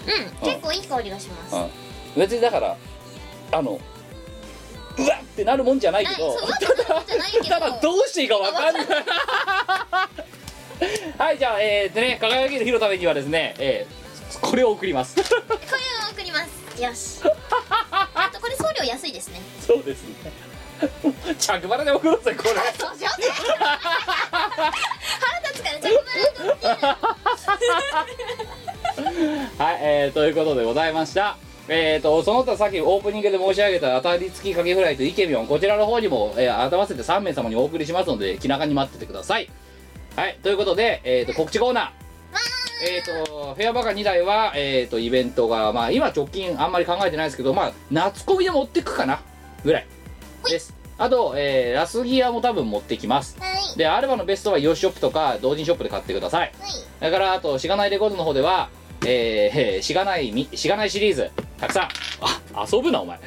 B: うん結構いい香りがします
A: う、うん、別にだからあのうわっってなるもんじゃないけ
B: は
A: ど
B: いそううわってなるもんじゃないけ ど
A: ただどうしていいかわかんない はいじゃあえー、でね輝ける日のためにはですね、えーこれを送ります
B: これを送りますよしあとこれ送料安いですね
A: そうですね 着払いで送ろうぜこれ
B: そうしようね腹立つからちょっと待って
A: はい、えー、ということでございましたえー、とその他さっきオープニングで申し上げた当たり付きかけフライとイケミョンこちらの方にも、えー、改ませて3名様にお送りしますので気長に待っててくださいはいということで、えー、と告知コーナーえー、とフェアバカ2台は、えー、とイベントが、まあ、今直近あんまり考えてないですけど、まあ、夏コミで持ってくかなぐらいですあと、えーラスギアも多分持ってきます
H: はい
A: でアルバのベストはイオシショップとか同人ショップで買ってくださいだからあとしがないレコードの方ではえー えーしがないみしがないシリーズたくさんあ遊ぶなお 前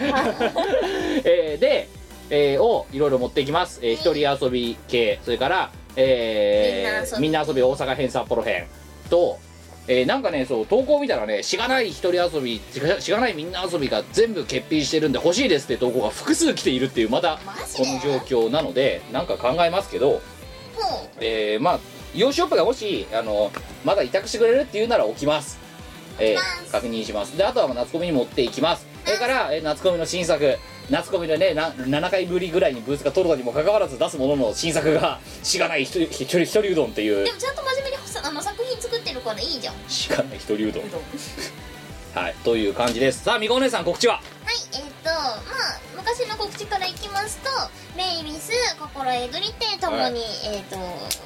A: えーで、えーをいろいろ持ってきます、えー一人遊び系それから、えーみ
B: み
A: んな遊び大阪編札幌編と、えーなんかねそう投稿見たらねしがない一人遊びしがしがないみんな遊びが全部欠品してるんで欲しいですって投稿が複数来ているっていうまた
B: マジ
A: こ
B: で
A: の状況なのでなんか考えますけど
B: ほ
A: えー、まあ洋ショップがもしあのまだ委託してくれるっていうなら置きます、えー確認しますであとはまあ夏コミに持っていきますそれから、えー夏コミの新作夏コミでねな7回ぶりぐらいにブースが取るのにもかかわらず出すものの新作が「しがない一人一人一人うどん」っていうう
B: でもちゃんと真面目にさあの作品作ってるからいいじゃん
A: 「しがない一人うどん」はいという感じですさあみこお姉さん告知は
C: はい、えっ、と、まあ、昔の告知からいきますと、メイビス、心エグリテともに、えっ、と、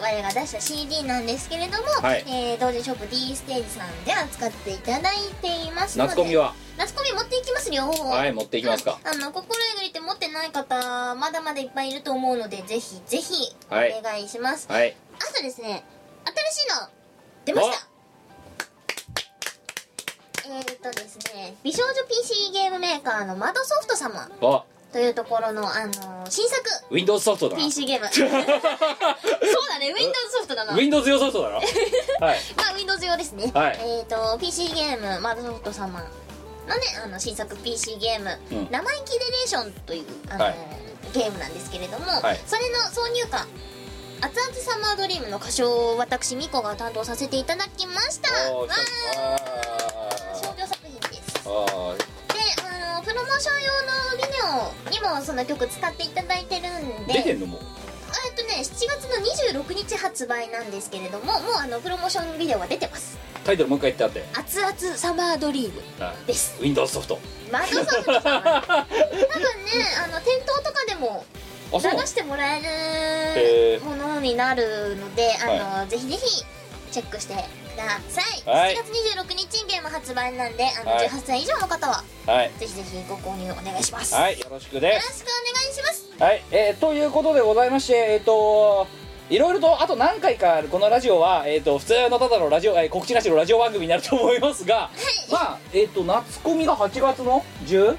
C: 我が出した CD なんですけれども、
A: はい
C: えー同時ショップ D ステージさんで扱っていただいていますので、
A: 夏コミは
C: 夏コミ持っていきますよ。。
A: はいい持っていきますか
C: あの、心エグリテ持ってない方、まだまだいっぱいいると思うので、ぜひぜひ、
A: はい
C: お願いします。
A: はい
C: あとですね、新しいの、出ましたえっ、とですね、美少女 PC ゲームメーカーの窓ソフト様。
A: おお
C: というところの、あのー新作
A: Windows ソフトだな
C: PC ゲームそうだね Windows ソフトだな、ま
A: Windows 用ソフトだ なはい
C: あ、Windows 用ですね、
A: はい
C: えっ、と PC ゲームマドソフト様のねあの新作 PC ゲーム、
A: うん
C: 生意気デレーションというあのー、
A: はい
C: ゲームなんですけれども、
A: はい
C: それの挿入歌「熱々サマードリーム」の歌唱を私ミコが担当させていただきました
A: お
C: わ
A: ー
C: ー
A: ちょ
C: 商業作品です
A: あーあー
C: であのプロモーション用のビデオにもその曲使っていただいてるんで
A: 出てんのもう
C: あえっとね7月の26日発売なんですけれどももうあのプロモーションビデオは出てます
A: タイトルもう一回言ってあっ
C: 「熱々サマードリーム
A: て、はい」
C: です、
A: Windows ソフト
C: マードソフトさんは多分ねあの店頭とかでも
A: あ
C: 流
A: そう
C: してもら
A: へー
C: えるものになるのであの、ぜひぜひチェックしてください、
A: はい
C: 7月26日ゲーム発売なんであの、
A: はい
C: 18歳以上の方は
A: はい
C: ぜひぜひご購入お願いします、
A: は
C: よ
A: いよろしくで
C: ろ
A: す
C: しくお願いします
A: はいえー、ということでございましてえっ、といろいろとあと何回かこのラジオは、えー、と普通のただのラジオ、えー告知なしのラジオ番組になると思いますが、まあえっ、と夏コミが8月の 10?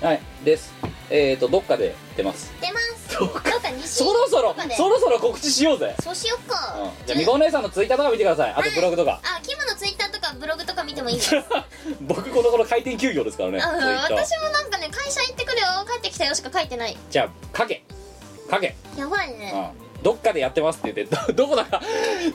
A: はいですえっ、とどっかで出ます
C: 出ます
A: どっか
C: どうか西
A: そろそろ
C: どっかで
A: そろそろ告知しようぜ、
C: そうしよっか、
A: うん、じゃあみこお姉さんのツイッターとか見てくださいあとブログとか、
C: あキムのツイッターとかブログとか見てもいいですあ
A: 僕この頃回転休業ですからね
C: うん
A: ツイッター
C: 私もなんかね会社行ってくるよ帰ってきたよしか書いてない
A: じゃあかけかけ
C: やばいね
A: うんどっかでやってますって言ってどど こだか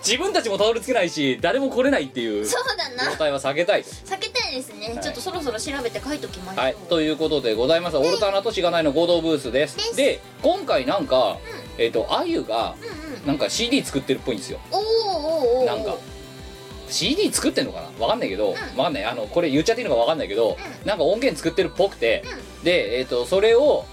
A: 自分たちもたどり着けないし誰も来れないっていう状
C: そうだな
A: 態は避けたいと
C: 避けたいですね、
A: い
C: ちょっとそろそろ調べて書いときましょう、
A: はいということでございますオルタナとしがないの合同ブースです
C: です
A: で今回なんか、えっ、とあゆが
C: うんうん
A: なんか CD 作ってるっぽいんですよ
C: おーおーおーおー
A: なんか CD 作ってんのかなわかんないけど、わかんないあのこれ言っちゃっていいのかわかんないけど、なんか音源作ってるっぽくて、で、えー、とそれを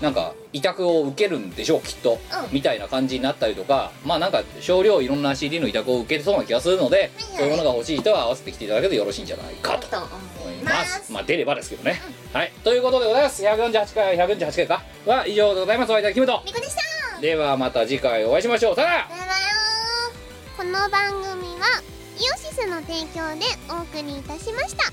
A: なんか委託を受けるんでしょうきっと、
C: うん
A: みたいな感じになったりとかまあなんか少量いろんな CD の委託を受けてそうな気がするので、そういうものが欲しい人は合わせてきていただけるとよろしいんじゃないかと
C: と思
A: 思い
C: い
A: ま
C: ますす
A: まあ出ればですけどね、はいということでございます148回148回かは以上でございますお相手はキムト
J: みこでした
A: ではまた次回お会いしましょうさよなら
J: だだよーこの番組はイオシスの提供でお送りいたしました